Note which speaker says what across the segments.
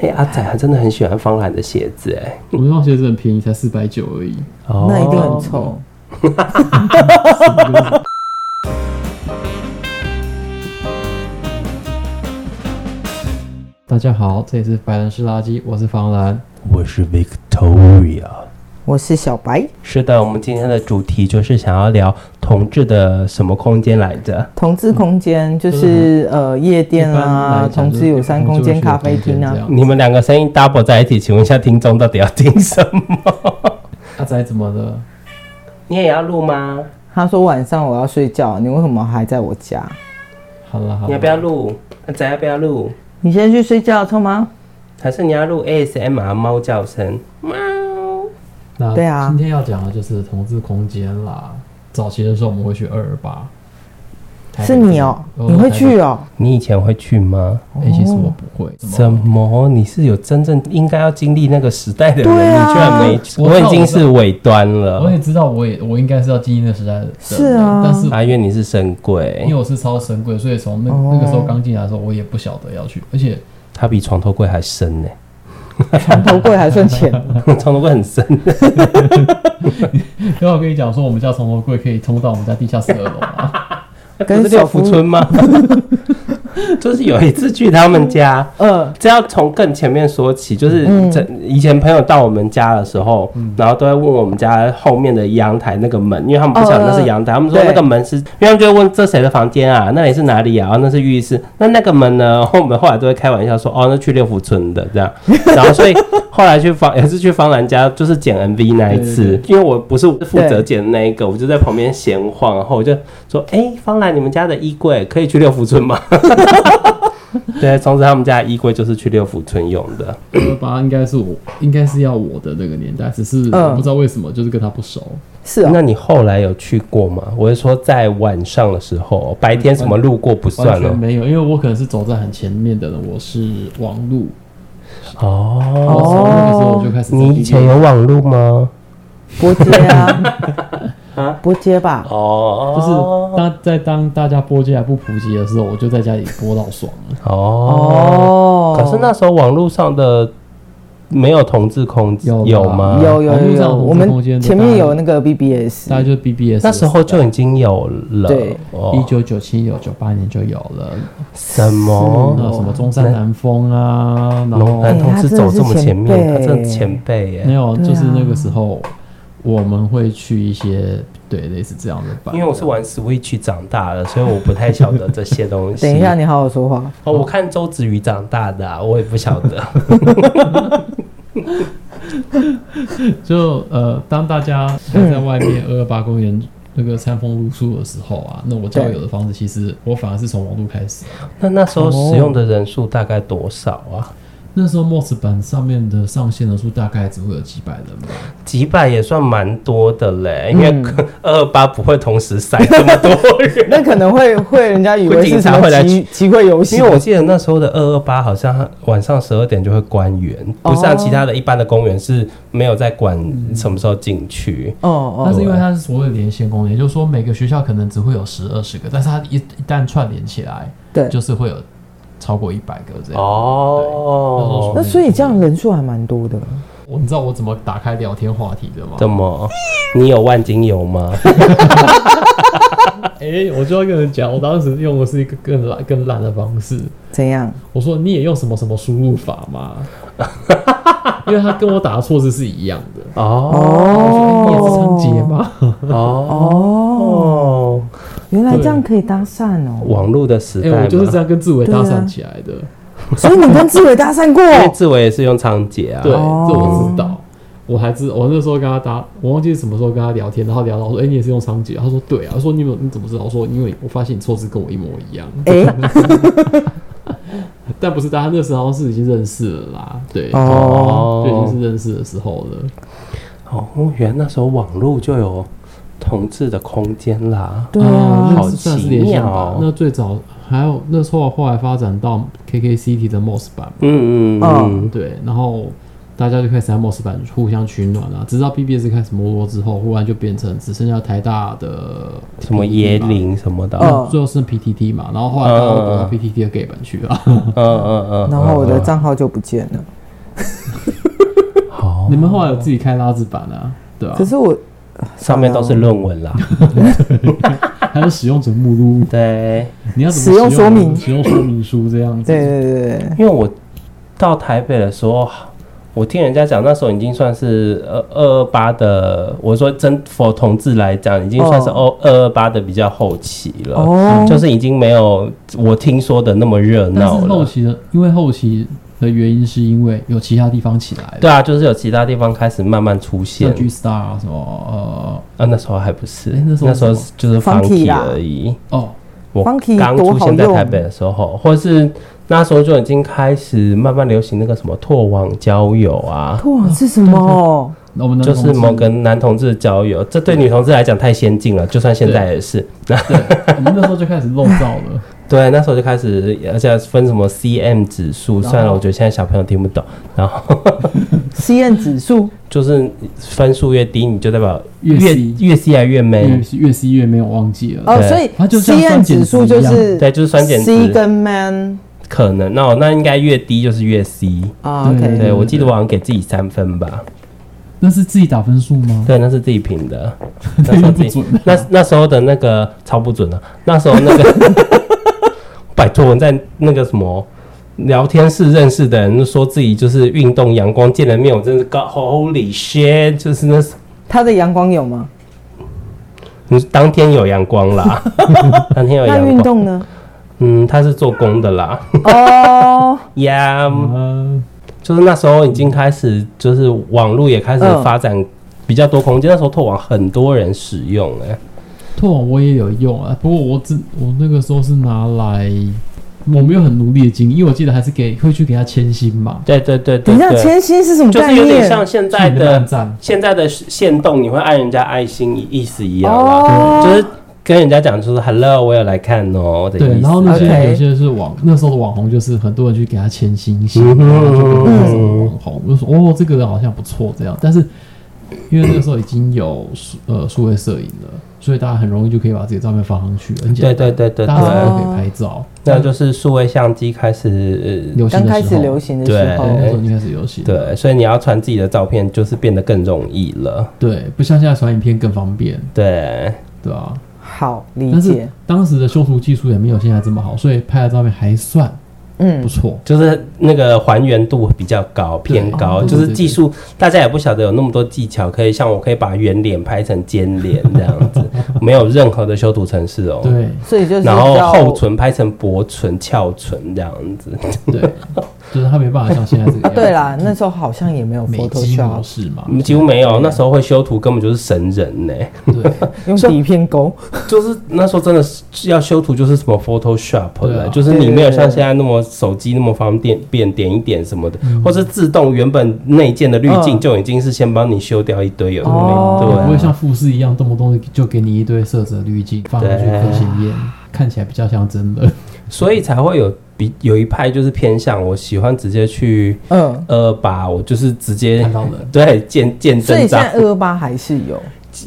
Speaker 1: 哎、阿仔还真的很喜欢方兰的鞋子哎，
Speaker 2: 我们双鞋子很便宜，才四百九而已。
Speaker 1: 哦
Speaker 3: 那一定很臭。
Speaker 2: 大家好，这里是白人是垃圾，我是方兰。
Speaker 1: 我是 Victoria。
Speaker 3: 我是小白，
Speaker 1: 是的，我们今天的主题就是想要聊同志的什么空间来着？
Speaker 3: 同志空间就是呃夜店
Speaker 2: 嗯一般
Speaker 3: 啊
Speaker 2: 来，讲
Speaker 3: 同
Speaker 2: 就是
Speaker 3: 志友善空
Speaker 2: 同志
Speaker 3: 间、
Speaker 2: 友善
Speaker 3: 咖啡厅
Speaker 2: 空间这
Speaker 3: 啊
Speaker 2: 样。
Speaker 1: 你们两个声音 double 在一起，请问一下听众到底要听什么？
Speaker 2: 阿仔啊怎么了？
Speaker 1: 你也要录吗？
Speaker 3: 他说晚上我要睡觉，你为什么还在我家？
Speaker 2: 好了好
Speaker 1: 你要
Speaker 2: 了
Speaker 1: 不，要录？阿仔要不要录？
Speaker 3: 你先去睡觉，臭吗？
Speaker 1: 还是你要录 ASMR 猫叫声？喵。
Speaker 2: 那
Speaker 3: 对啊
Speaker 2: 今天要讲的就是同志空间啦。早期的时候我们会去二二八，台北
Speaker 3: 是你哦，
Speaker 2: 哦
Speaker 3: 你会去哦？
Speaker 1: 你以前会去吗？
Speaker 2: 台北？哎，其实我不会。
Speaker 1: 怎么？你是有真正应该要经历那个时代的人，
Speaker 3: 对啊
Speaker 1: 你居然没去？
Speaker 2: 我
Speaker 1: 我
Speaker 2: 知道
Speaker 1: 已经是尾端了。
Speaker 2: 我也知道，我也我应该是要经历那时代的人，
Speaker 3: 是啊
Speaker 2: 但是
Speaker 1: 阿月，你是神
Speaker 2: 因为
Speaker 1: 鬼，
Speaker 2: 我是超神鬼，所以从那、
Speaker 3: 哦
Speaker 2: 那个时候刚进来的时候，我也不晓得要去，而且
Speaker 1: 他比床头柜还深呢、
Speaker 3: 床头柜还算 浅，
Speaker 1: 床头柜很深，
Speaker 2: 然后我跟你讲说，我们家床头柜可以通到我们家地下十二楼啊，
Speaker 3: 跟
Speaker 1: 不是六
Speaker 3: 小夫
Speaker 1: 福村吗？ 就是有一次去他们家，
Speaker 3: 呃，
Speaker 1: 这要从更前面说起，就是
Speaker 3: 嗯
Speaker 1: 这、以前朋友到我们家的时候，
Speaker 2: 嗯
Speaker 1: 然后都会问我们家后面的阳台那个门，因为他们不晓得那是阳台，他们说
Speaker 3: 哦对
Speaker 1: 那个门是，因为他们就会问这谁的房间啊，那里是哪里啊，哦那是浴室，那那个门呢， 我们后来都会开玩笑说，哦，那去六福村的这样，然后所以后来去方也是去方兰家，就是剪 MV 那一次，
Speaker 2: 对
Speaker 1: 因为我不是负责剪的那一个，我就在旁边闲晃，然后我就说，哎、方兰你们家的衣柜可以去六福村吗？ 对，从此他们家的衣柜就是去六福村用的。
Speaker 2: 二八应该是我应该是要我的那个年代，只是
Speaker 3: 嗯
Speaker 2: 我不知道为什么就是跟他不熟，
Speaker 3: 是啊，
Speaker 1: 那你后来有去过吗？我是说在晚上的时候，白天什么路过不
Speaker 2: 完
Speaker 1: 算哦
Speaker 2: 全
Speaker 1: 了。
Speaker 2: 没有，因为我可能是走在很前面的人，我是网路，我
Speaker 1: 哦，
Speaker 2: 从那个时候我就开始在
Speaker 1: 你以嗯前哦有网路吗？
Speaker 3: 伯街 啊，伯街吧，
Speaker 2: 就是
Speaker 1: 哦，
Speaker 2: 当在当大家播接还不普及的时候，我就在家里播到爽了。
Speaker 1: 嗯哦。
Speaker 3: 哦，
Speaker 1: 可是那时候网络上的没有同志空间
Speaker 2: 有吧
Speaker 1: 有吗？
Speaker 3: 有有
Speaker 2: 网
Speaker 3: 有
Speaker 2: 络上
Speaker 3: 有，
Speaker 2: 同志
Speaker 3: 我
Speaker 2: 空间
Speaker 3: 们
Speaker 2: 的
Speaker 3: 前面
Speaker 2: 大
Speaker 3: 有那个 BBS，
Speaker 2: 大概就是 BBS
Speaker 1: 那时候就已经有了。
Speaker 3: 对
Speaker 1: 哦
Speaker 2: 一九九七有，九八年就有了，
Speaker 1: 什
Speaker 2: 那
Speaker 1: 么？
Speaker 2: 有什么中山南风啊，然
Speaker 1: 哦龙
Speaker 2: 后
Speaker 1: 男
Speaker 3: 哎
Speaker 1: 同志走这么前面，他
Speaker 3: 他
Speaker 1: 真
Speaker 3: 真
Speaker 1: 的
Speaker 3: 的是
Speaker 1: 前
Speaker 3: 前
Speaker 1: 辈耶
Speaker 2: 没。有，
Speaker 3: 对啊
Speaker 2: 就是那个时候我们会去一些对类似这样的班，
Speaker 1: 因为我是玩 Switch 长大的，所以我不太晓得这些东西。
Speaker 3: 等一下，你好好说话。
Speaker 1: 哦，我看周子瑜长大的、啊，我也不晓得。
Speaker 2: 就呃，当大家还在外面二二八公园那个餐风露宿的时候啊，那我交友的方式其实我反而是从网络开始。
Speaker 1: 那那时候使用的人数大概多少啊？
Speaker 2: 那时候 MOS 版上面的上线人数大概只会有几百人吧，
Speaker 1: 几百也算蛮多的嘞，因为二二八不会同时塞这么多 人。
Speaker 3: 那可能会会人家以为是什
Speaker 1: 会警察会
Speaker 3: 么
Speaker 1: 来
Speaker 3: 集集会游戏哦
Speaker 1: 因为，我记得那时候的二二八好像晚上十二点就会关园，不像其他的一般的公园是没有在管什么时候进去。
Speaker 3: 哦哦
Speaker 2: 但是因为它是所谓的连线公园，也就是说每个学校可能只会有十二十个，但是它一一旦串联起来，
Speaker 3: 对。
Speaker 2: 就是会有超过一百个这样。
Speaker 1: 哦
Speaker 3: 那，所以这样人数还蛮多的，
Speaker 2: 我你知道我怎么打开聊天话题的吗？
Speaker 1: 怎么？你有万金油吗？
Speaker 2: 哎、我就要跟人讲，我当时用的是一个更烂、更烂的方式。
Speaker 3: 怎样？
Speaker 2: 我说你也用什么什么输入法 吗？因为他跟我打的错字是一样的。
Speaker 1: 哦
Speaker 2: 我说、哎你也是仓颉吗？
Speaker 1: 哦
Speaker 3: 哦，
Speaker 1: 哦，
Speaker 3: 原来这样可以搭讪哦，
Speaker 1: 网络的时
Speaker 2: 哎、
Speaker 1: 代嘛，
Speaker 2: 我就是这样跟志伟搭讪起来的。
Speaker 3: 所以你跟志伟搭讪过？
Speaker 1: 因为志伟也是用仓颉啊。
Speaker 2: 对，
Speaker 3: 哦
Speaker 2: 这我知道。我还知我那时候跟他搭，我忘记是什么时候跟他聊天，然后聊到说，哎、你也是用仓颉？他说对啊。他说你有你怎么知道？我说因为我发现你错字跟我一模一 样。
Speaker 3: 哎，
Speaker 2: 但不是，大家那时候是已经认识了啦，对，
Speaker 3: 哦，
Speaker 2: 就已经是认识的时候了。
Speaker 1: 哦，原来那时候网络就有同志的空间啦。
Speaker 3: 对啊，
Speaker 2: 那
Speaker 1: 好
Speaker 2: 是算是
Speaker 1: 奇
Speaker 2: 联想
Speaker 1: 妙
Speaker 2: 吧
Speaker 1: 哦
Speaker 2: 那最早还有那时候后来发展到 KKCT 的 MOS 版，
Speaker 1: 嗯嗯嗯，
Speaker 2: 对，然后大家就开始在 MOS 版互相取暖啊，直到 BBS 开始没落之后，忽然就变成只剩下台大的
Speaker 1: 什么
Speaker 2: PTT
Speaker 1: 椰
Speaker 2: 嘛，
Speaker 1: 林什么的，
Speaker 3: 嗯
Speaker 2: 最后剩 PTT 嘛，然后后来大家都躲到
Speaker 1: 嗯
Speaker 2: PTT 的 gay 版去啊。
Speaker 1: 嗯嗯嗯。嗯
Speaker 3: 然后我的账号就不见了，
Speaker 1: 哦
Speaker 2: 你们后来有自己开拉子板啊？对吧、
Speaker 3: 可是我
Speaker 1: 上面都是论文啦。
Speaker 2: 还有使用者目录，
Speaker 1: 对，
Speaker 2: 你要怎么
Speaker 3: 使用说明
Speaker 2: 使用说明书这样子。
Speaker 3: 对对对对，
Speaker 1: 因为我到台北的时候，我听人家讲，那时候已经算是二二二八的，我说真佛同志来讲，已经算是
Speaker 3: 哦
Speaker 1: 二二二八的比较后期了。
Speaker 3: 哦，
Speaker 1: 啊就是已经没有我听说的那么热
Speaker 2: 但
Speaker 1: 闹
Speaker 2: 是后
Speaker 1: 了。
Speaker 2: 期的，因为后期的原因是因为有其他地方起来了，
Speaker 1: 对啊，就是有其他地方开始慢慢出现
Speaker 2: 像 G Star 啊什么
Speaker 1: 啊，那时候还不是
Speaker 2: 哎诶，那时候
Speaker 1: 那时候
Speaker 2: 是
Speaker 1: 就是
Speaker 3: 方体
Speaker 1: funky
Speaker 3: 啦
Speaker 1: 而已。
Speaker 2: 呃哦，
Speaker 1: 我
Speaker 3: Funky
Speaker 1: 刚
Speaker 3: 多
Speaker 1: 出
Speaker 3: 好
Speaker 1: 现在
Speaker 3: 用
Speaker 1: 台北的时候，或是那时候就已经开始慢慢流行那个什么拓网交友啊，
Speaker 3: 拓网是什
Speaker 1: 嗯
Speaker 3: 么？
Speaker 2: 那我们的
Speaker 1: 就是
Speaker 2: 同志
Speaker 1: 某个男同志交友，这对女同志来讲太先进了，就算现在也是。
Speaker 2: 我们那时候就开始漏照 了，
Speaker 1: 对，那时候就开始，而且分什么 CM 指数，
Speaker 2: 然后
Speaker 1: 算了，我觉得现在小朋友听不懂。然后 嗯
Speaker 3: 实验指数
Speaker 1: 就是分数越低，你就代表
Speaker 2: 越
Speaker 1: 越
Speaker 2: C 嗯
Speaker 1: 越 C 还越 man，
Speaker 2: 越越 C 越没有忘记了。
Speaker 3: 哦，
Speaker 1: 对
Speaker 3: 所以
Speaker 2: 它就像
Speaker 3: 实验
Speaker 2: 酸碱
Speaker 3: 指数
Speaker 2: 值
Speaker 3: 就
Speaker 2: 一样
Speaker 3: 是
Speaker 1: 对就是酸碱值
Speaker 3: C 跟 man
Speaker 1: 可能那我那应该越低就是越 C。
Speaker 3: 啊
Speaker 2: 对
Speaker 3: ，OK，
Speaker 1: 嗯对，我记得我好像给自己三分吧。
Speaker 2: 那是自己打分数吗？
Speaker 1: 对，那是自己评 的，那时
Speaker 2: 那
Speaker 1: 候
Speaker 2: 又
Speaker 1: 自
Speaker 2: 不
Speaker 1: 己
Speaker 2: 准。啊
Speaker 1: 那那时候的那个超不准了、啊那时候那个 拜托我在那个什么聊天室认识的人说自己就是运动阳光，见了面我真是高 Holy shit，就是那是
Speaker 3: 它的阳光有吗？
Speaker 1: 嗯当天有阳光 啦，当天有
Speaker 3: 那
Speaker 1: 阳
Speaker 3: 运
Speaker 1: 光，
Speaker 3: 动呢？
Speaker 1: 嗯，他是做工的啦，
Speaker 3: 哦，
Speaker 1: 呀、
Speaker 2: 嗯，
Speaker 1: 就是那时候已经开始，就是网络也开始
Speaker 3: 嗯
Speaker 1: 发展比较多空间，那时候拓网很多人使用、欸，
Speaker 2: 拓网我也有用啊，不过我只我那个时候是拿来，我没有很努力的经营，因为我记得还是给会去给他签星嘛，
Speaker 1: 对对对对
Speaker 3: 等一下，
Speaker 1: 对。
Speaker 3: 千星是什么
Speaker 1: 就
Speaker 3: 概
Speaker 1: 是有点
Speaker 3: 念？
Speaker 1: 像现在
Speaker 2: 去你
Speaker 1: 的
Speaker 2: 暗赞，
Speaker 1: 现在的限动，你会按人家爱心意思一样啦，就
Speaker 3: 哦，
Speaker 1: 是跟人家讲就是 “hello”，我有来看哦的意
Speaker 2: 对，
Speaker 1: 思。
Speaker 2: 然后那些
Speaker 3: OK
Speaker 2: 有些是网那时候的网红，就是很多人去给他签星星，
Speaker 1: 嗯哼
Speaker 2: 然后就变成什么网红，我就说哦，这个人好像不错这样。但是因为那个时候已经有数呃数位摄影了，所以大家很容易就可以把自己的照片放上去，很简
Speaker 1: 对
Speaker 2: 单，
Speaker 1: 对对对
Speaker 2: 大家
Speaker 1: 对，
Speaker 2: 都可以拍照。
Speaker 1: 那就是数位相机开始
Speaker 2: 流行的
Speaker 3: 刚
Speaker 2: 时候
Speaker 3: 开始流行的哦时
Speaker 2: 对那时候
Speaker 3: 候，
Speaker 2: 已经开始流行，
Speaker 1: 对，所以你要传自己的照片，就是变得更容易了。
Speaker 2: 对，不像现在传影片更方便，
Speaker 1: 对，
Speaker 2: 对啊。
Speaker 3: 好理
Speaker 2: 但是
Speaker 3: 解，
Speaker 2: 当时的修图技术也没有现在这么好，所以拍的照片还算
Speaker 3: 嗯
Speaker 2: 不，错。
Speaker 1: 就是那个还原度比较高，
Speaker 2: 对
Speaker 1: 偏高，
Speaker 2: 哦对
Speaker 1: 就是技术大家也不晓得有那么多技巧，可以像我可以把圆脸拍成尖脸这样 子，没有任何的修图程式
Speaker 3: 嗯
Speaker 1: 哦。
Speaker 2: 对
Speaker 3: 所以就是
Speaker 1: 然后
Speaker 3: 叫
Speaker 1: 后唇拍成薄唇、翘唇这样子。
Speaker 2: 对，就是他没办法像现在这个样子。
Speaker 3: 对啦，那时候好像也没有
Speaker 2: 美啊肌模
Speaker 3: Photoshop，
Speaker 2: 式嘛，
Speaker 1: 几乎没有，那时候会修图根本就是神人呢、
Speaker 2: 对，
Speaker 3: 用底片勾，
Speaker 1: 就是那时候真的是要修图，就是什么 Photoshop
Speaker 2: 对
Speaker 1: 了、
Speaker 2: 啊
Speaker 1: 就是你没有
Speaker 3: 对对对
Speaker 1: 像现在那么手机那么方便，便点一点什么的，或是自动原本内建的滤镜
Speaker 3: 嗯
Speaker 1: 就已经是先帮你修掉一堆有的没
Speaker 3: 哦
Speaker 1: 的，
Speaker 2: 也不
Speaker 1: 对
Speaker 2: 会
Speaker 1: 啊、
Speaker 2: 像富士一样动不动就给你一堆色泽滤镜放上去
Speaker 1: 对
Speaker 2: 飞行烟，看起来比较像真的。
Speaker 1: 所以才会有比有一派就是偏向我喜欢直接去
Speaker 3: 嗯，
Speaker 1: 呃把我就是直接
Speaker 2: 看到人
Speaker 1: 对见见
Speaker 3: 所以
Speaker 1: 真
Speaker 3: 现
Speaker 1: 章
Speaker 3: 在。二二八还是有，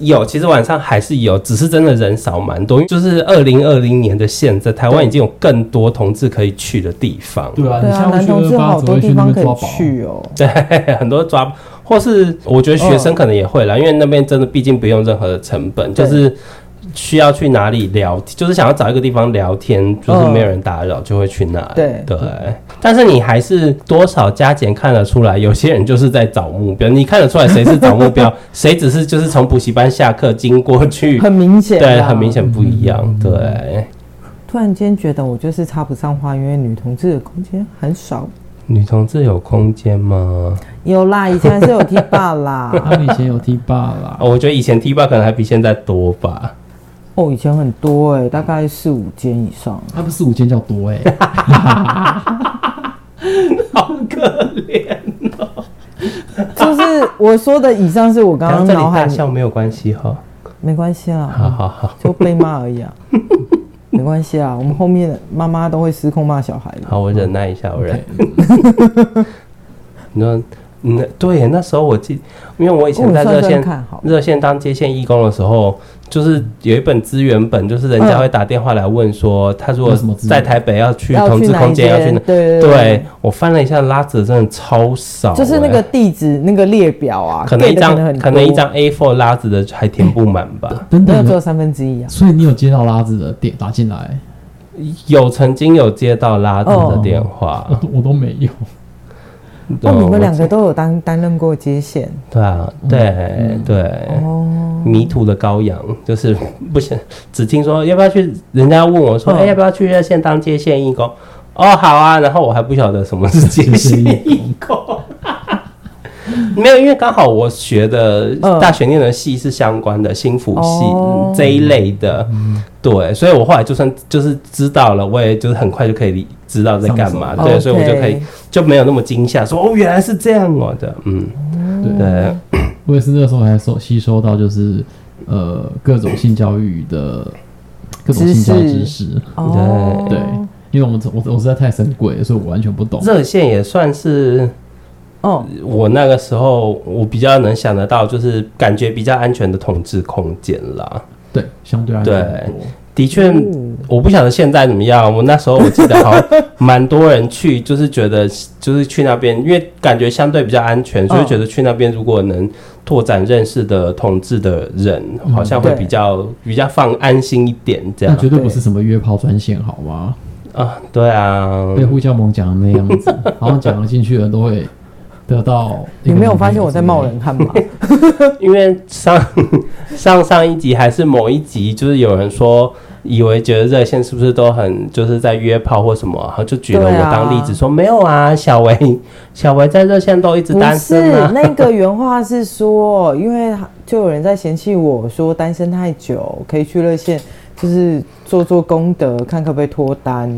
Speaker 1: 有，其实晚上还是有，只是真的人少蛮多。就是二零二零年的现在，台湾已经有更多同志可以去的地方。
Speaker 2: 对啊，
Speaker 3: 对
Speaker 2: 你
Speaker 3: 啊，
Speaker 2: 像
Speaker 3: 男同
Speaker 2: 去
Speaker 3: 志
Speaker 2: 二八
Speaker 3: 好
Speaker 2: 只
Speaker 3: 多
Speaker 2: 会去
Speaker 3: 地
Speaker 2: 那
Speaker 3: 方
Speaker 2: 边
Speaker 3: 可
Speaker 2: 抓
Speaker 3: 以
Speaker 2: 宝，啊
Speaker 3: 去哦，
Speaker 1: 对， 很多抓，或是我觉得学生可能也会啦，因为那边真的毕竟不用任何的成本，
Speaker 3: 嗯对
Speaker 1: 就是需要去哪里聊，就是想要找一个地方聊天，就是没有人打扰，就会去那里。
Speaker 3: 嗯
Speaker 1: 对，
Speaker 3: 对
Speaker 1: 但是你还是多少加减看得出来，有些人就是在找目标，你看得出来谁是找目 标，谁只是就是从补习班下课经过去
Speaker 3: 很明显，啊嗯
Speaker 1: 对，很明。显不一样。对，
Speaker 3: 突然间觉得我就是插不上话，因为女同志的空间很少。
Speaker 1: 女同志有空间吗？
Speaker 3: 有啦，以前还是有 T 霸啦，
Speaker 2: 他们以前有 T 爸啦，
Speaker 1: 啊，我觉得以前 T 吧可能还比现在多吧。
Speaker 3: 哦，以前很多哎、大概四五间以上。
Speaker 2: 他不是五间叫多哎，
Speaker 3: 就是我说的以上是我刚
Speaker 1: 然后
Speaker 3: 刚
Speaker 1: 这里
Speaker 3: 脑海
Speaker 1: 大
Speaker 3: 里，
Speaker 1: 笑没有关系哈。
Speaker 3: 没关系啦，
Speaker 1: 好好好，
Speaker 3: 就被骂 而已啊，没关系啊，我们后面的妈妈都会失控骂小孩的。嗯
Speaker 1: 好，我忍耐一下，我忍。你说嗯，对，那时候我记，因为我以前
Speaker 3: 我
Speaker 1: 在热
Speaker 3: 哦算
Speaker 1: 线
Speaker 3: 算看好了，
Speaker 1: 热线当接线义工的时候，就是有一本资源本，就是人
Speaker 3: 嗯
Speaker 1: 家会打电话来问说，他如果
Speaker 2: 有什么资源
Speaker 1: 在台北要去
Speaker 3: 要
Speaker 1: 同
Speaker 3: 去
Speaker 1: 志
Speaker 3: 哪
Speaker 1: 空
Speaker 3: 一
Speaker 1: 间要去
Speaker 3: 间？
Speaker 1: 哪？
Speaker 3: 对
Speaker 1: 对，我翻了一下，拉子真的超少、
Speaker 3: 就是那个
Speaker 1: 欸
Speaker 3: 地址那个列表啊，
Speaker 1: 可能一
Speaker 3: gay 的
Speaker 1: 张
Speaker 3: 可能很多
Speaker 1: 可能一，张 A4 拉子的还填不满吧。
Speaker 2: 等
Speaker 3: 那
Speaker 2: 等
Speaker 3: 只有
Speaker 2: 的，
Speaker 3: 三分之一啊。
Speaker 2: 所以你有接到拉子的电打进来，
Speaker 1: 有曾经有接到拉子的电话，
Speaker 2: 我都 我都没有。
Speaker 3: 哦，你们两
Speaker 1: 啊我
Speaker 3: 个都有担担任过接线
Speaker 1: 对啊，对、
Speaker 2: 嗯
Speaker 1: 对。
Speaker 3: 哦，
Speaker 1: 迷途的羔羊，就是不行。只听说要不要去，人家问我说，
Speaker 3: 嗯
Speaker 1: 哎、要不要去热线当接线义工？哦，好啊。然后我还不晓得什么是接线义 工，没有，因为刚好我学的
Speaker 3: 嗯
Speaker 1: 大学念的系是相关的，心辅系、
Speaker 3: 哦嗯
Speaker 1: 嗯这一类的，对，所以我后来就算就是知道了，我也就是很快就可以理知道在干嘛，
Speaker 2: 上
Speaker 1: 对，所以我就可以
Speaker 3: 哦 OK
Speaker 1: 就没有那么惊吓，说哦，原来是这样哦的，嗯，
Speaker 2: 对，
Speaker 1: 对，
Speaker 2: 我也是那时候还收吸收到就是呃各种性教育的各种性教育知
Speaker 3: 知
Speaker 2: 识，
Speaker 3: 哦，
Speaker 2: 对，因为我们我我实在太深贵了，所以我完全不懂。
Speaker 1: 热线也算是。
Speaker 3: 哦，
Speaker 1: 我那个时候，我比较能想得到，就是感觉比较安全的统治空间啦。
Speaker 2: 对，相对安全很多。
Speaker 1: 的确，
Speaker 3: 嗯
Speaker 1: 我不晓得现在怎么样。我那时候我记得好像 蛮多人去，就是觉得就是去那边，因为感觉相对比较安全，所以
Speaker 3: 嗯
Speaker 1: 觉得去那边如果能拓展认识的统治的人，
Speaker 2: 嗯
Speaker 1: 好像会
Speaker 3: 对
Speaker 1: 比较比较放安心一点这
Speaker 2: 但
Speaker 1: 样
Speaker 2: 绝对不是什么约炮专线，好吗？
Speaker 3: 嗯
Speaker 1: 啊。对啊，
Speaker 2: 被呼叫萌讲的那样子，好像讲了进去的人都会得到。
Speaker 3: 你没有发现我在冒？冷汗吗？
Speaker 1: 因为上 上上一集还是某一集，就是有人说以为觉得热线是不是都很就是在约炮或什么，然后就举了
Speaker 3: 对啊
Speaker 1: 我当例子说、没有啊，小维 小维在热线都一直
Speaker 3: 不
Speaker 1: 单
Speaker 3: 是
Speaker 1: 身啊。
Speaker 3: 那个原话是说，因为就有人在嫌弃我说单身太久，可以去热线，就是做做功德，看可不可以脱单。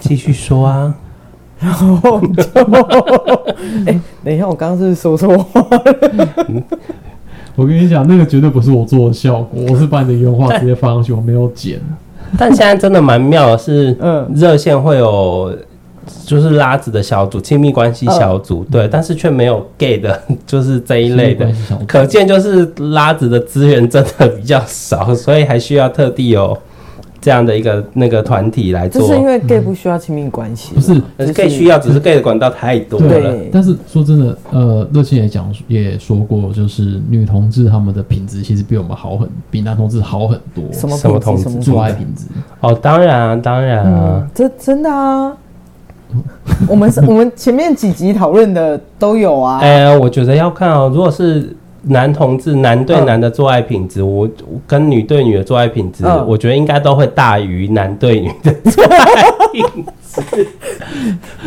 Speaker 1: 继续说啊，
Speaker 3: 然后就，哎、等一下，我刚刚是不是说错话？
Speaker 2: 我跟你讲，那个绝对不是我做的效果，我是把你的原话直接放上去，我没有剪。
Speaker 1: 但现在真的蛮妙的是，
Speaker 3: 嗯，
Speaker 1: 热线会有就是拉子的小组、亲密关系小组，
Speaker 3: 嗯
Speaker 1: 对，但是却没有 gay 的，就是这一类的
Speaker 2: 亲密关。系小组
Speaker 1: 可见就是拉子的资源真的比较少，所以还需要特地有这样的一个那个团体来
Speaker 3: 就是因
Speaker 1: 做。
Speaker 3: 为 gay 不需要亲密关系，
Speaker 2: 不是
Speaker 1: 可
Speaker 3: 就是是
Speaker 1: gay 需要，只是 gay 的管道太多了。
Speaker 3: 对
Speaker 2: 但是说真的，呃，热线也讲也说过，就是女同志她们的品质其实比我们好很，比男同志好很多，
Speaker 3: 什么
Speaker 1: 什么
Speaker 3: 品
Speaker 1: 同
Speaker 3: 质什么
Speaker 2: 做爱
Speaker 3: 品质
Speaker 2: 品质。
Speaker 1: 哦，当然啊，当然啊
Speaker 3: 嗯，，这真的啊。我 们是我们前面几集讨论的都有啊，
Speaker 1: 哎、我觉得要看哦，如果是男同志男对
Speaker 3: 嗯
Speaker 1: 男的做爱品质，我我跟女对女的做爱品质，
Speaker 3: 嗯
Speaker 1: 我觉得应该都会大于男对女的做爱品质。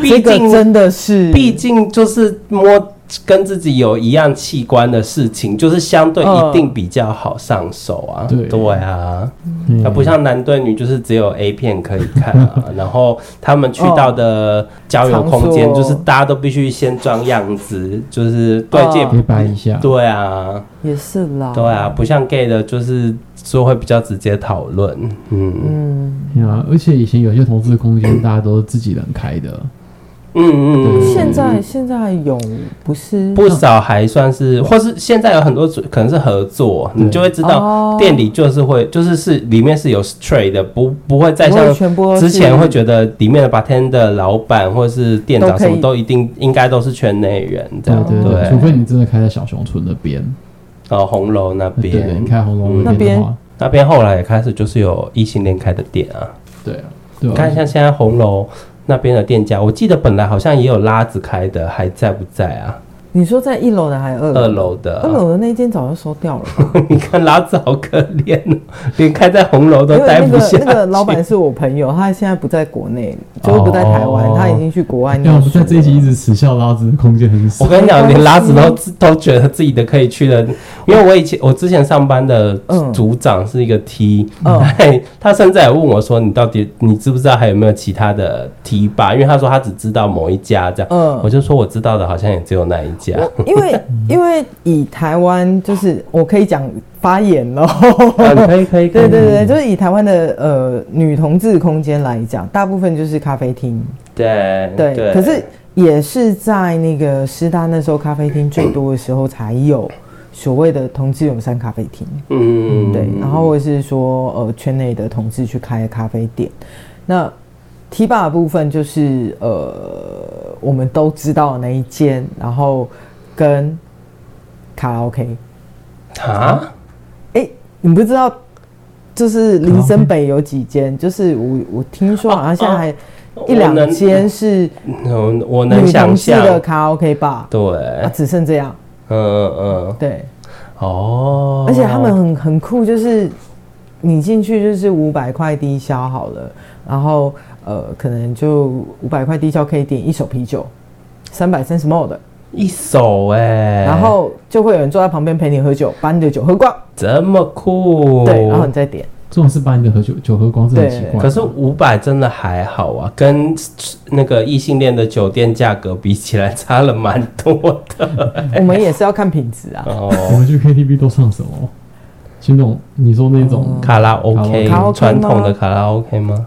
Speaker 3: 这
Speaker 1: 毕
Speaker 3: 个
Speaker 1: 竟
Speaker 3: 真的是，
Speaker 1: 毕竟就是摸跟自己有一样器官的事情，就是相对一定比较好上手啊。
Speaker 2: 嗯对
Speaker 1: 啊，
Speaker 2: 嗯
Speaker 1: 它不像男对女，就是只有 A 片可以看啊。然后他们去到的交友空间，
Speaker 3: 场所
Speaker 1: 就是大家都必须先装样子，就是对戒。
Speaker 2: 别掰一下，
Speaker 1: 对啊，
Speaker 3: 也是啦，
Speaker 1: 对啊，不像 gay 的，就是说会比较直接讨论。嗯
Speaker 3: 嗯，
Speaker 2: 对啊，而且以前有些同志空间，大家都是自己人开的，
Speaker 1: 嗯嗯嗯，
Speaker 3: 现在现在有不是
Speaker 1: 不少还算是，或是现在有很多组可能是合作，
Speaker 2: 对
Speaker 1: 你就会知
Speaker 3: 哦
Speaker 1: 道店里就是会，就是是里面是有 straight 的，不不会再
Speaker 3: 不会
Speaker 1: 像
Speaker 3: 全部都
Speaker 1: 之
Speaker 3: 是
Speaker 1: 前会觉得里面的 bartender 老板或是店长
Speaker 3: 都可
Speaker 1: 什
Speaker 3: 以
Speaker 1: 么都一定应该都是圈内人这
Speaker 2: 对
Speaker 1: 样，
Speaker 2: 对对，除非你真的开在小熊村那边，
Speaker 1: 哦，红楼那
Speaker 2: 对，
Speaker 1: 边
Speaker 2: 你开红楼
Speaker 3: 那
Speaker 2: 边
Speaker 3: 边
Speaker 2: 的话，
Speaker 1: 那边后来也开始就是有异性恋开的店啊，
Speaker 2: 对啊，对
Speaker 1: 你看
Speaker 2: 啊，
Speaker 1: 像现在红楼那边的店家，我记得本来好像也有拉子开的，还在不在啊？
Speaker 3: 你说在一楼的还是二楼？
Speaker 1: 二楼的啊，
Speaker 3: 嗯二楼的那间早就收掉了，
Speaker 1: 你看拉子好可怜哦，连开在红楼 都
Speaker 3: 因为
Speaker 1: 待
Speaker 3: 那
Speaker 1: 不
Speaker 3: 个
Speaker 1: 下去。
Speaker 3: 那个老板是我朋友，他现在不在国内，就是不在台湾，
Speaker 1: 哦
Speaker 3: 他已经去国外念
Speaker 2: 因为我
Speaker 3: 书
Speaker 2: 们在这一集一
Speaker 3: 了
Speaker 2: 直耻笑拉子的空间很
Speaker 1: 我
Speaker 2: 少，
Speaker 1: 跟你讲，
Speaker 3: 没关系
Speaker 1: 连拉子都都觉得自己的可以去的，因为我以前我之前上班的
Speaker 3: 嗯
Speaker 1: 组长是一个 T，、
Speaker 3: 嗯
Speaker 1: 哎， 他甚至还问我说：“你到底你知不知道还有没有其他的 T 吧？”因为他说他只知道某一家这样，
Speaker 3: 嗯
Speaker 1: 我就说我知道的好像也只有那一家。
Speaker 3: 我 因为因为以台湾就是我可以讲发言 了，
Speaker 1: 啊可以可以，可以
Speaker 2: 嗯
Speaker 3: 对对对，就是以台湾的呃女同志空间来讲，大部分就是咖啡厅，
Speaker 1: 对
Speaker 3: 对，可是也是在那个师大那时候咖啡厅最多的时候，才有所谓的同志友善咖啡厅。
Speaker 1: 嗯
Speaker 3: 对，然后或者是说呃圈内的同志去开咖啡店。那 T 吧的部分就是呃我们都知道的那一间，然后跟卡拉 OK。
Speaker 1: 啊，
Speaker 3: 哎、你不知道，就是林森北有几间？就是我我听说好像现在还一两间是
Speaker 1: 我能我能
Speaker 3: 女同
Speaker 1: 想
Speaker 3: 志的
Speaker 1: 象，
Speaker 3: 卡拉 OK 吧，
Speaker 1: 对，
Speaker 3: 啊，只剩这样。
Speaker 1: 嗯嗯
Speaker 3: 对，
Speaker 1: 嗯，哦，
Speaker 3: 而且他们很很酷，就是你进去就是五百块低消好了，然后呃，可能就五百块低消可以点一手啤酒，三百三十 ml 的，
Speaker 1: 一手哎，
Speaker 3: 然后就会有人坐在旁边陪你喝酒，把你的酒喝光，
Speaker 1: 这么酷，
Speaker 3: 对，然后你再点。
Speaker 2: 这种事把你的喝酒酒喝光是很
Speaker 3: 对
Speaker 2: 奇怪的。
Speaker 1: 可是五百真的还好啊，跟那个异性恋的酒店价格比起来，差了蛮多的。
Speaker 3: 我们也是要看品质啊。
Speaker 2: 我
Speaker 1: 哦，
Speaker 2: 们去 KTV 都唱什么？就那种你说那
Speaker 3: 哦
Speaker 2: 种
Speaker 1: 卡拉 OK，
Speaker 3: 卡拉 OK
Speaker 1: 传统
Speaker 3: 吗
Speaker 1: 的卡拉 OK 吗？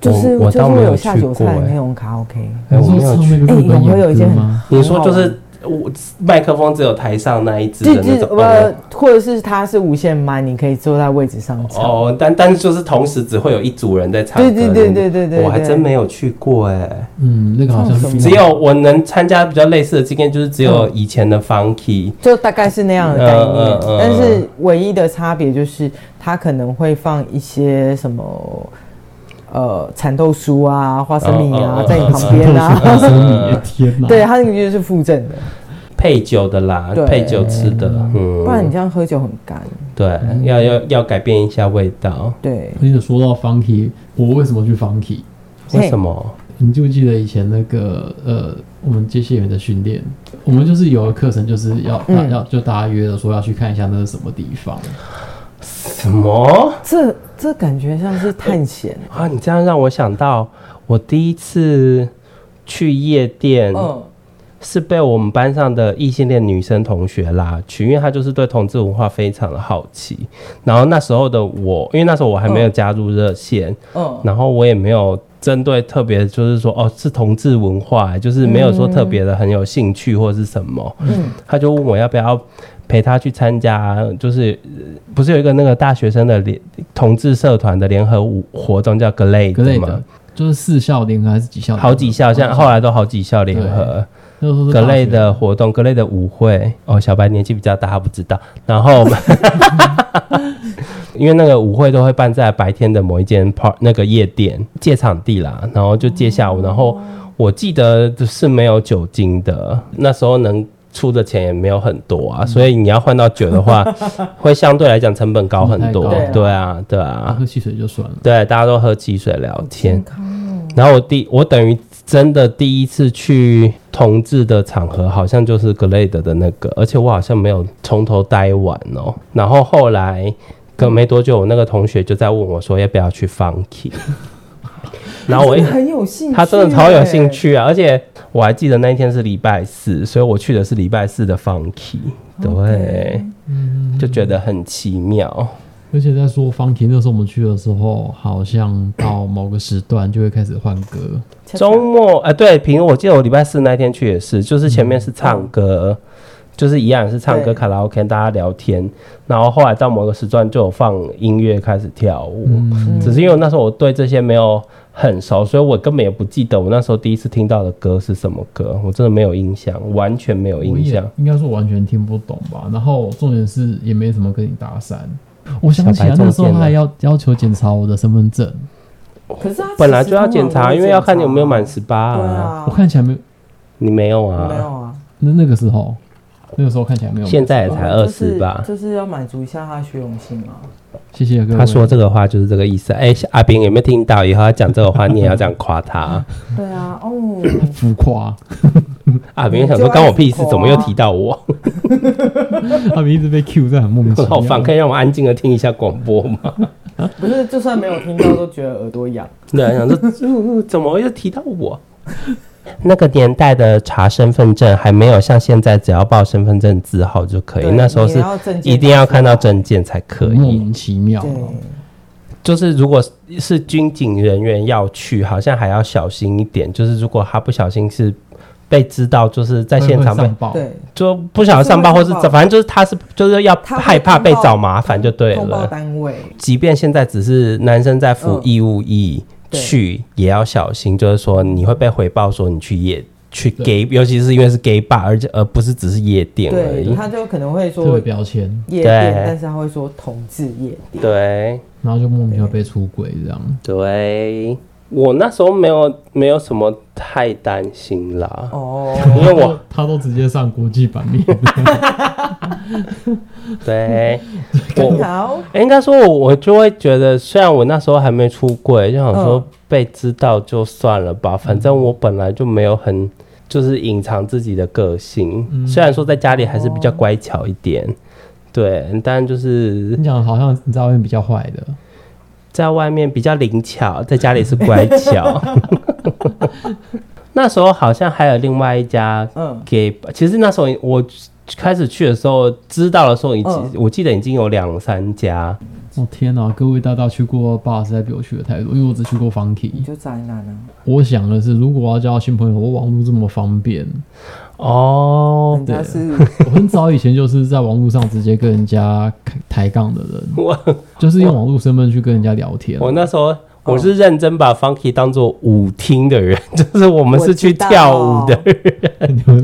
Speaker 3: 就是
Speaker 1: 我我
Speaker 3: 就是
Speaker 1: 倒没
Speaker 3: 会
Speaker 1: 有
Speaker 3: 有下
Speaker 1: 去
Speaker 3: 酒菜
Speaker 1: 过
Speaker 3: 的
Speaker 1: 欸
Speaker 3: 那种卡拉 OK，
Speaker 1: 哎，
Speaker 2: 你
Speaker 1: 我
Speaker 2: 说
Speaker 1: 没有
Speaker 2: 唱
Speaker 1: 去。
Speaker 2: 那个日
Speaker 3: 哎
Speaker 2: 本
Speaker 3: 有有
Speaker 2: 演
Speaker 3: 一些
Speaker 2: 歌
Speaker 3: 很
Speaker 2: 吗？
Speaker 1: 你说就是我麦克风只有台上那一只的那种。
Speaker 3: 呃，或者是它是无线麦，你可以坐在位置上唱。
Speaker 1: 哦，但但是就是同时只会有一组人在唱歌，
Speaker 3: 对对对对对对
Speaker 1: 我还
Speaker 3: 对
Speaker 1: 真没有去过哎，
Speaker 2: 嗯，那个好像
Speaker 3: 唱什
Speaker 2: 是
Speaker 3: 么
Speaker 1: 只有我能参加比较类似的经验，就是只
Speaker 3: 嗯
Speaker 1: 有以前的 Funky，
Speaker 3: 就大概是那样的概念，
Speaker 1: 嗯嗯嗯
Speaker 3: 但是唯一的差别就是它可能会放一些什么，呃，蚕豆酥啊、花生米啊，
Speaker 1: 嗯嗯嗯
Speaker 3: 在你旁边 啊，
Speaker 2: 花生米，天哪！
Speaker 3: 对，，啊它那个就是附赠的，
Speaker 1: 配酒的啦，
Speaker 3: 对
Speaker 1: 配酒吃的，嗯，
Speaker 3: 不然你这样喝酒很干。
Speaker 1: 对，
Speaker 3: 嗯
Speaker 1: 要要要改变一下味道。
Speaker 3: 对，
Speaker 2: 而且说到 Funky，我为什么去 Funky？
Speaker 3: 嘿
Speaker 1: 为什么？
Speaker 2: 你记不记得以前那个呃，我们接线员的训练，我们就是有个课程，就是要、大
Speaker 3: 嗯
Speaker 2: 要就大家约了说要去看一下那是什么地方。
Speaker 1: 嗯什么
Speaker 3: 这这感觉像是探险，
Speaker 1: 啊？你这样让我想到，我第一次去夜店，
Speaker 3: 嗯，
Speaker 1: 是被我们班上的异性恋女生同学拉去，因为她就是对同志文化非常的好奇。然后那时候的我，因为那时候我还没有加入热线，
Speaker 3: 嗯，
Speaker 1: 然后我也没有针对特别，就是说哦是同志文化，就是没有说特别的很有兴趣或是什么。
Speaker 3: 嗯
Speaker 1: 他就问我要不要陪他去参加，就是呃不是有一个那个大学生的联同志社团的联合舞活动叫
Speaker 2: 之
Speaker 1: Glade
Speaker 2: 类
Speaker 1: 吗
Speaker 2: 的？，就是四校联合还是几校联合？
Speaker 1: 好几校，像后来都好几校联合
Speaker 2: 那时候是大学
Speaker 1: Glade 的活动，Glade 的舞会。哦，小白年纪比较大，他不知道。然后我们 因为那个舞会都会办在白天的某一间 part 那个夜店借场地啦，然后就借下午，然后我记得是没有酒精的，那时候能出的钱也没有很多啊，所以你要换到酒的 话，会相对来讲成本高很多
Speaker 2: 太高
Speaker 3: 了。
Speaker 1: 对啊，对
Speaker 2: 啊，
Speaker 1: 啊，
Speaker 2: 喝汽水就算了。
Speaker 1: 对，大家都喝汽水聊天
Speaker 3: 健。康哦
Speaker 1: 然后我第我等于真的第一次去同志的场合，好像就是 Glade 的那个，而且我好像没有从头待完哦。然后后来隔没多久，我那个同学就在问我说要不要去 Funky，然后我一
Speaker 3: 真的很有兴趣，
Speaker 1: 他真的超有兴。趣啊！而且我还记得那一天是礼拜四，所以我去的是礼拜四的 Funky，对就觉得很奇妙。
Speaker 2: 而且在说 Funky 那时候我们去的时候，好像到某个时段就会开始换歌，
Speaker 1: 周末呃，对，平我记得我礼拜四那天去也是，就是前
Speaker 3: 嗯
Speaker 1: 面是唱歌，就是一样是唱歌
Speaker 3: 对
Speaker 1: 卡拉 OK，大家聊天，然后后来到某个时段就有放音乐开始跳舞。
Speaker 2: 嗯，
Speaker 1: 只是因为那时候我对这些没有很熟，所以我根本也不记得我那时候第一次听到的歌是什么歌，我真的没有印象，完全没有
Speaker 2: 我
Speaker 1: 印象
Speaker 2: 也。应该说完全听不懂吧。然后重点是也没怎么跟你搭讪。我想起来
Speaker 1: 小白
Speaker 2: 那时
Speaker 1: 中
Speaker 2: 候他
Speaker 1: 箭了
Speaker 2: 还要要求检查我的身份证，
Speaker 3: 可是他其实
Speaker 1: 本来就要检
Speaker 3: 通常
Speaker 1: 查，
Speaker 3: 都
Speaker 1: 因为要看你有没有满
Speaker 3: 检
Speaker 1: 十八
Speaker 3: 查
Speaker 1: 啊。
Speaker 3: 啊。
Speaker 2: 我看起来没有，
Speaker 1: 你没有
Speaker 3: 没有
Speaker 1: 啊？
Speaker 3: 啊，
Speaker 2: 那那个时候那个时候看起来没有。
Speaker 1: 现在也才
Speaker 3: 我
Speaker 1: 二
Speaker 3: 们就是
Speaker 1: 十吧？
Speaker 3: 就是要满足一下他的虚荣心嘛。
Speaker 2: 谢谢各位。
Speaker 1: 他说这个话就是这个意思。哎、阿斌有没有听到？以后他讲这个话，你也要这样夸 他。
Speaker 3: 对啊，哦，
Speaker 2: 浮夸，
Speaker 1: 阿斌想说关我屁事，怎么又提到我？
Speaker 2: 他们一直被 Q 在很莫名其 妙。
Speaker 1: 好烦，可以让我安静的听一下广播吗？
Speaker 3: 不是，就算没有听到都觉得耳朵痒。
Speaker 1: 对，想说、呃、怎么又提到我？那个年代的查身份证还没有像现在只要报身份证字号就可以，
Speaker 3: 对
Speaker 1: 那时候
Speaker 3: 你
Speaker 1: 是
Speaker 3: 要证件
Speaker 1: 一定要看到证件才可
Speaker 2: 莫
Speaker 1: 以。
Speaker 2: 名其妙。
Speaker 3: 对，
Speaker 1: 就是如果是军警人员要去，好像还要小心一点。就是如果他不小心是被知道，就是在现场
Speaker 2: 会
Speaker 1: 被
Speaker 2: 上报，
Speaker 3: 对，
Speaker 1: 就不小心上报，
Speaker 3: 会
Speaker 1: 或
Speaker 3: 上
Speaker 1: 是
Speaker 3: 报
Speaker 1: 反正就是他是就是要
Speaker 3: 他会
Speaker 1: 害怕被
Speaker 3: 通报
Speaker 1: 找麻烦就对
Speaker 3: 通报
Speaker 1: 了。
Speaker 3: 单位
Speaker 1: 即便现在只是男生在服
Speaker 3: 嗯
Speaker 1: 义务役、
Speaker 3: 对
Speaker 1: 去，也要小心，就是说你会被回报说你去夜去
Speaker 2: 对
Speaker 1: gay，尤其是因为是 gay bar，而且而不是只是夜店而
Speaker 3: 对，
Speaker 1: 已。
Speaker 3: 他就可能会
Speaker 2: 这
Speaker 3: 说
Speaker 2: 个标签，
Speaker 1: 对
Speaker 3: 夜店，但是他会说同志夜店。
Speaker 1: 对
Speaker 2: 然后就莫名其妙被出轨这样。
Speaker 1: 对，我那时候没有没有什么太担心啦，
Speaker 3: 哦，
Speaker 1: 因为我
Speaker 2: 他都直接上国际版 面，
Speaker 1: 对 我
Speaker 3: 好，
Speaker 1: 欸应该说我，我就会觉得，虽然我那时候还没出柜，就想说
Speaker 3: 嗯
Speaker 1: 被知道就算了吧，反正我本来就没有很就是隐藏自己的个性，
Speaker 2: 嗯
Speaker 1: 虽然说在家里还是比
Speaker 3: 哦
Speaker 1: 较乖巧一点，对，但就是
Speaker 2: 你讲得好像你在外面比较坏的，
Speaker 1: 在外面比较灵巧，在家里是乖 巧。那时候好像还有另外一家
Speaker 3: 嗯，
Speaker 1: gay，bar，其实那时候我开始去的时候，知道的时候已经，
Speaker 3: 嗯
Speaker 1: 我记得已经有两三家。
Speaker 2: 我、哦天哪！各位大大去过 bar 实在比我去的太多，因为我只去过 funky
Speaker 3: 你。就宅男啊，
Speaker 2: 我想的是，如果我要交到新朋友，我网络这么方便，
Speaker 1: 哦
Speaker 3: 人，家是
Speaker 2: 我很早以前就是在网络上直接跟人家抬杠的人，
Speaker 1: 我
Speaker 2: 就是用网络身份去跟人家聊天。
Speaker 1: 我那时
Speaker 3: 哦
Speaker 1: 候我是认真把 funky 当做舞厅的人， 就是我们是去跳舞的，
Speaker 2: 你们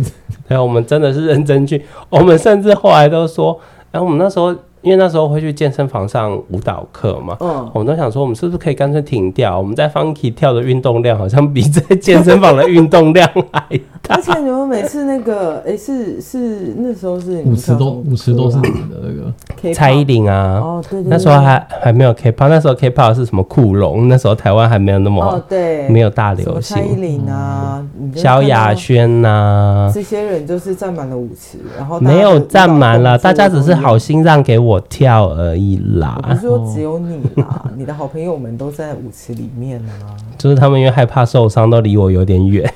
Speaker 1: 然后我们真的是认真去，我们甚至后来都说，然后我们那时候因为那时候会去健身房上舞蹈课嘛。
Speaker 3: 嗯，
Speaker 1: 我们都想说，我们是不是可以干脆停掉？我们在 Funky 跳的运动量好像比在健身房的运动 量还大
Speaker 3: 而。且你们每次那个，哎，是是那时候是你
Speaker 2: 舞
Speaker 3: 们
Speaker 2: 池
Speaker 3: 跳
Speaker 2: 都
Speaker 3: 什么
Speaker 2: 舞池都是你们的那个，
Speaker 3: K-pop
Speaker 1: 蔡依林啊，
Speaker 3: 哦，对对，对
Speaker 1: 那时候还还没有 K-pop，那时候 K-pop 是什么酷龙？那时候台湾还没有那么、
Speaker 3: 哦对，
Speaker 1: 没有大
Speaker 3: 什
Speaker 1: 流
Speaker 3: 么蔡依
Speaker 1: 行，嗯
Speaker 3: 林啊，你就
Speaker 1: 萧亚
Speaker 3: 看到
Speaker 1: 轩啊呐、
Speaker 3: 这些人就是占满了舞池，然哦后大家
Speaker 1: 没有
Speaker 3: 的舞蹈
Speaker 1: 站满了，
Speaker 3: 动作
Speaker 1: 大家只是
Speaker 3: 都一样
Speaker 1: 好。心让给我跳而已
Speaker 3: 我不是
Speaker 1: 啦。
Speaker 3: 说只有你
Speaker 1: 哦
Speaker 3: 啦， 你的好朋友们都在舞池里面啊。
Speaker 1: 就是他们因为害怕受伤，都离我有点远。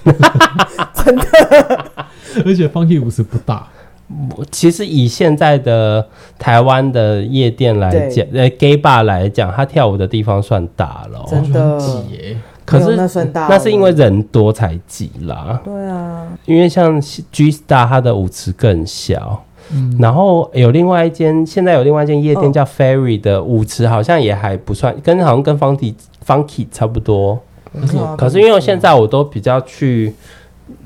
Speaker 2: 而且 funky 舞池不大，
Speaker 3: 哦
Speaker 1: 我其实以现在的台湾的夜店来
Speaker 3: 对
Speaker 1: 讲，呃，gay bar 来讲，他跳舞的地方算大了哦，
Speaker 3: 真的
Speaker 2: 我觉得很挤耶。
Speaker 1: 可
Speaker 3: 没
Speaker 1: 是
Speaker 3: 有那算大哦，
Speaker 1: 那是因为人多才挤啦。
Speaker 3: 对啊，
Speaker 1: 因为像 G Star 它的舞池更小，
Speaker 2: 嗯，
Speaker 1: 然后有另外一间，现在有另外一间夜店
Speaker 3: 嗯
Speaker 1: 叫 Ferry 的舞池，好像也还不算，跟好像跟 Funky Funky 差不多。
Speaker 3: 我看到
Speaker 1: 可是因为现在我都比较去，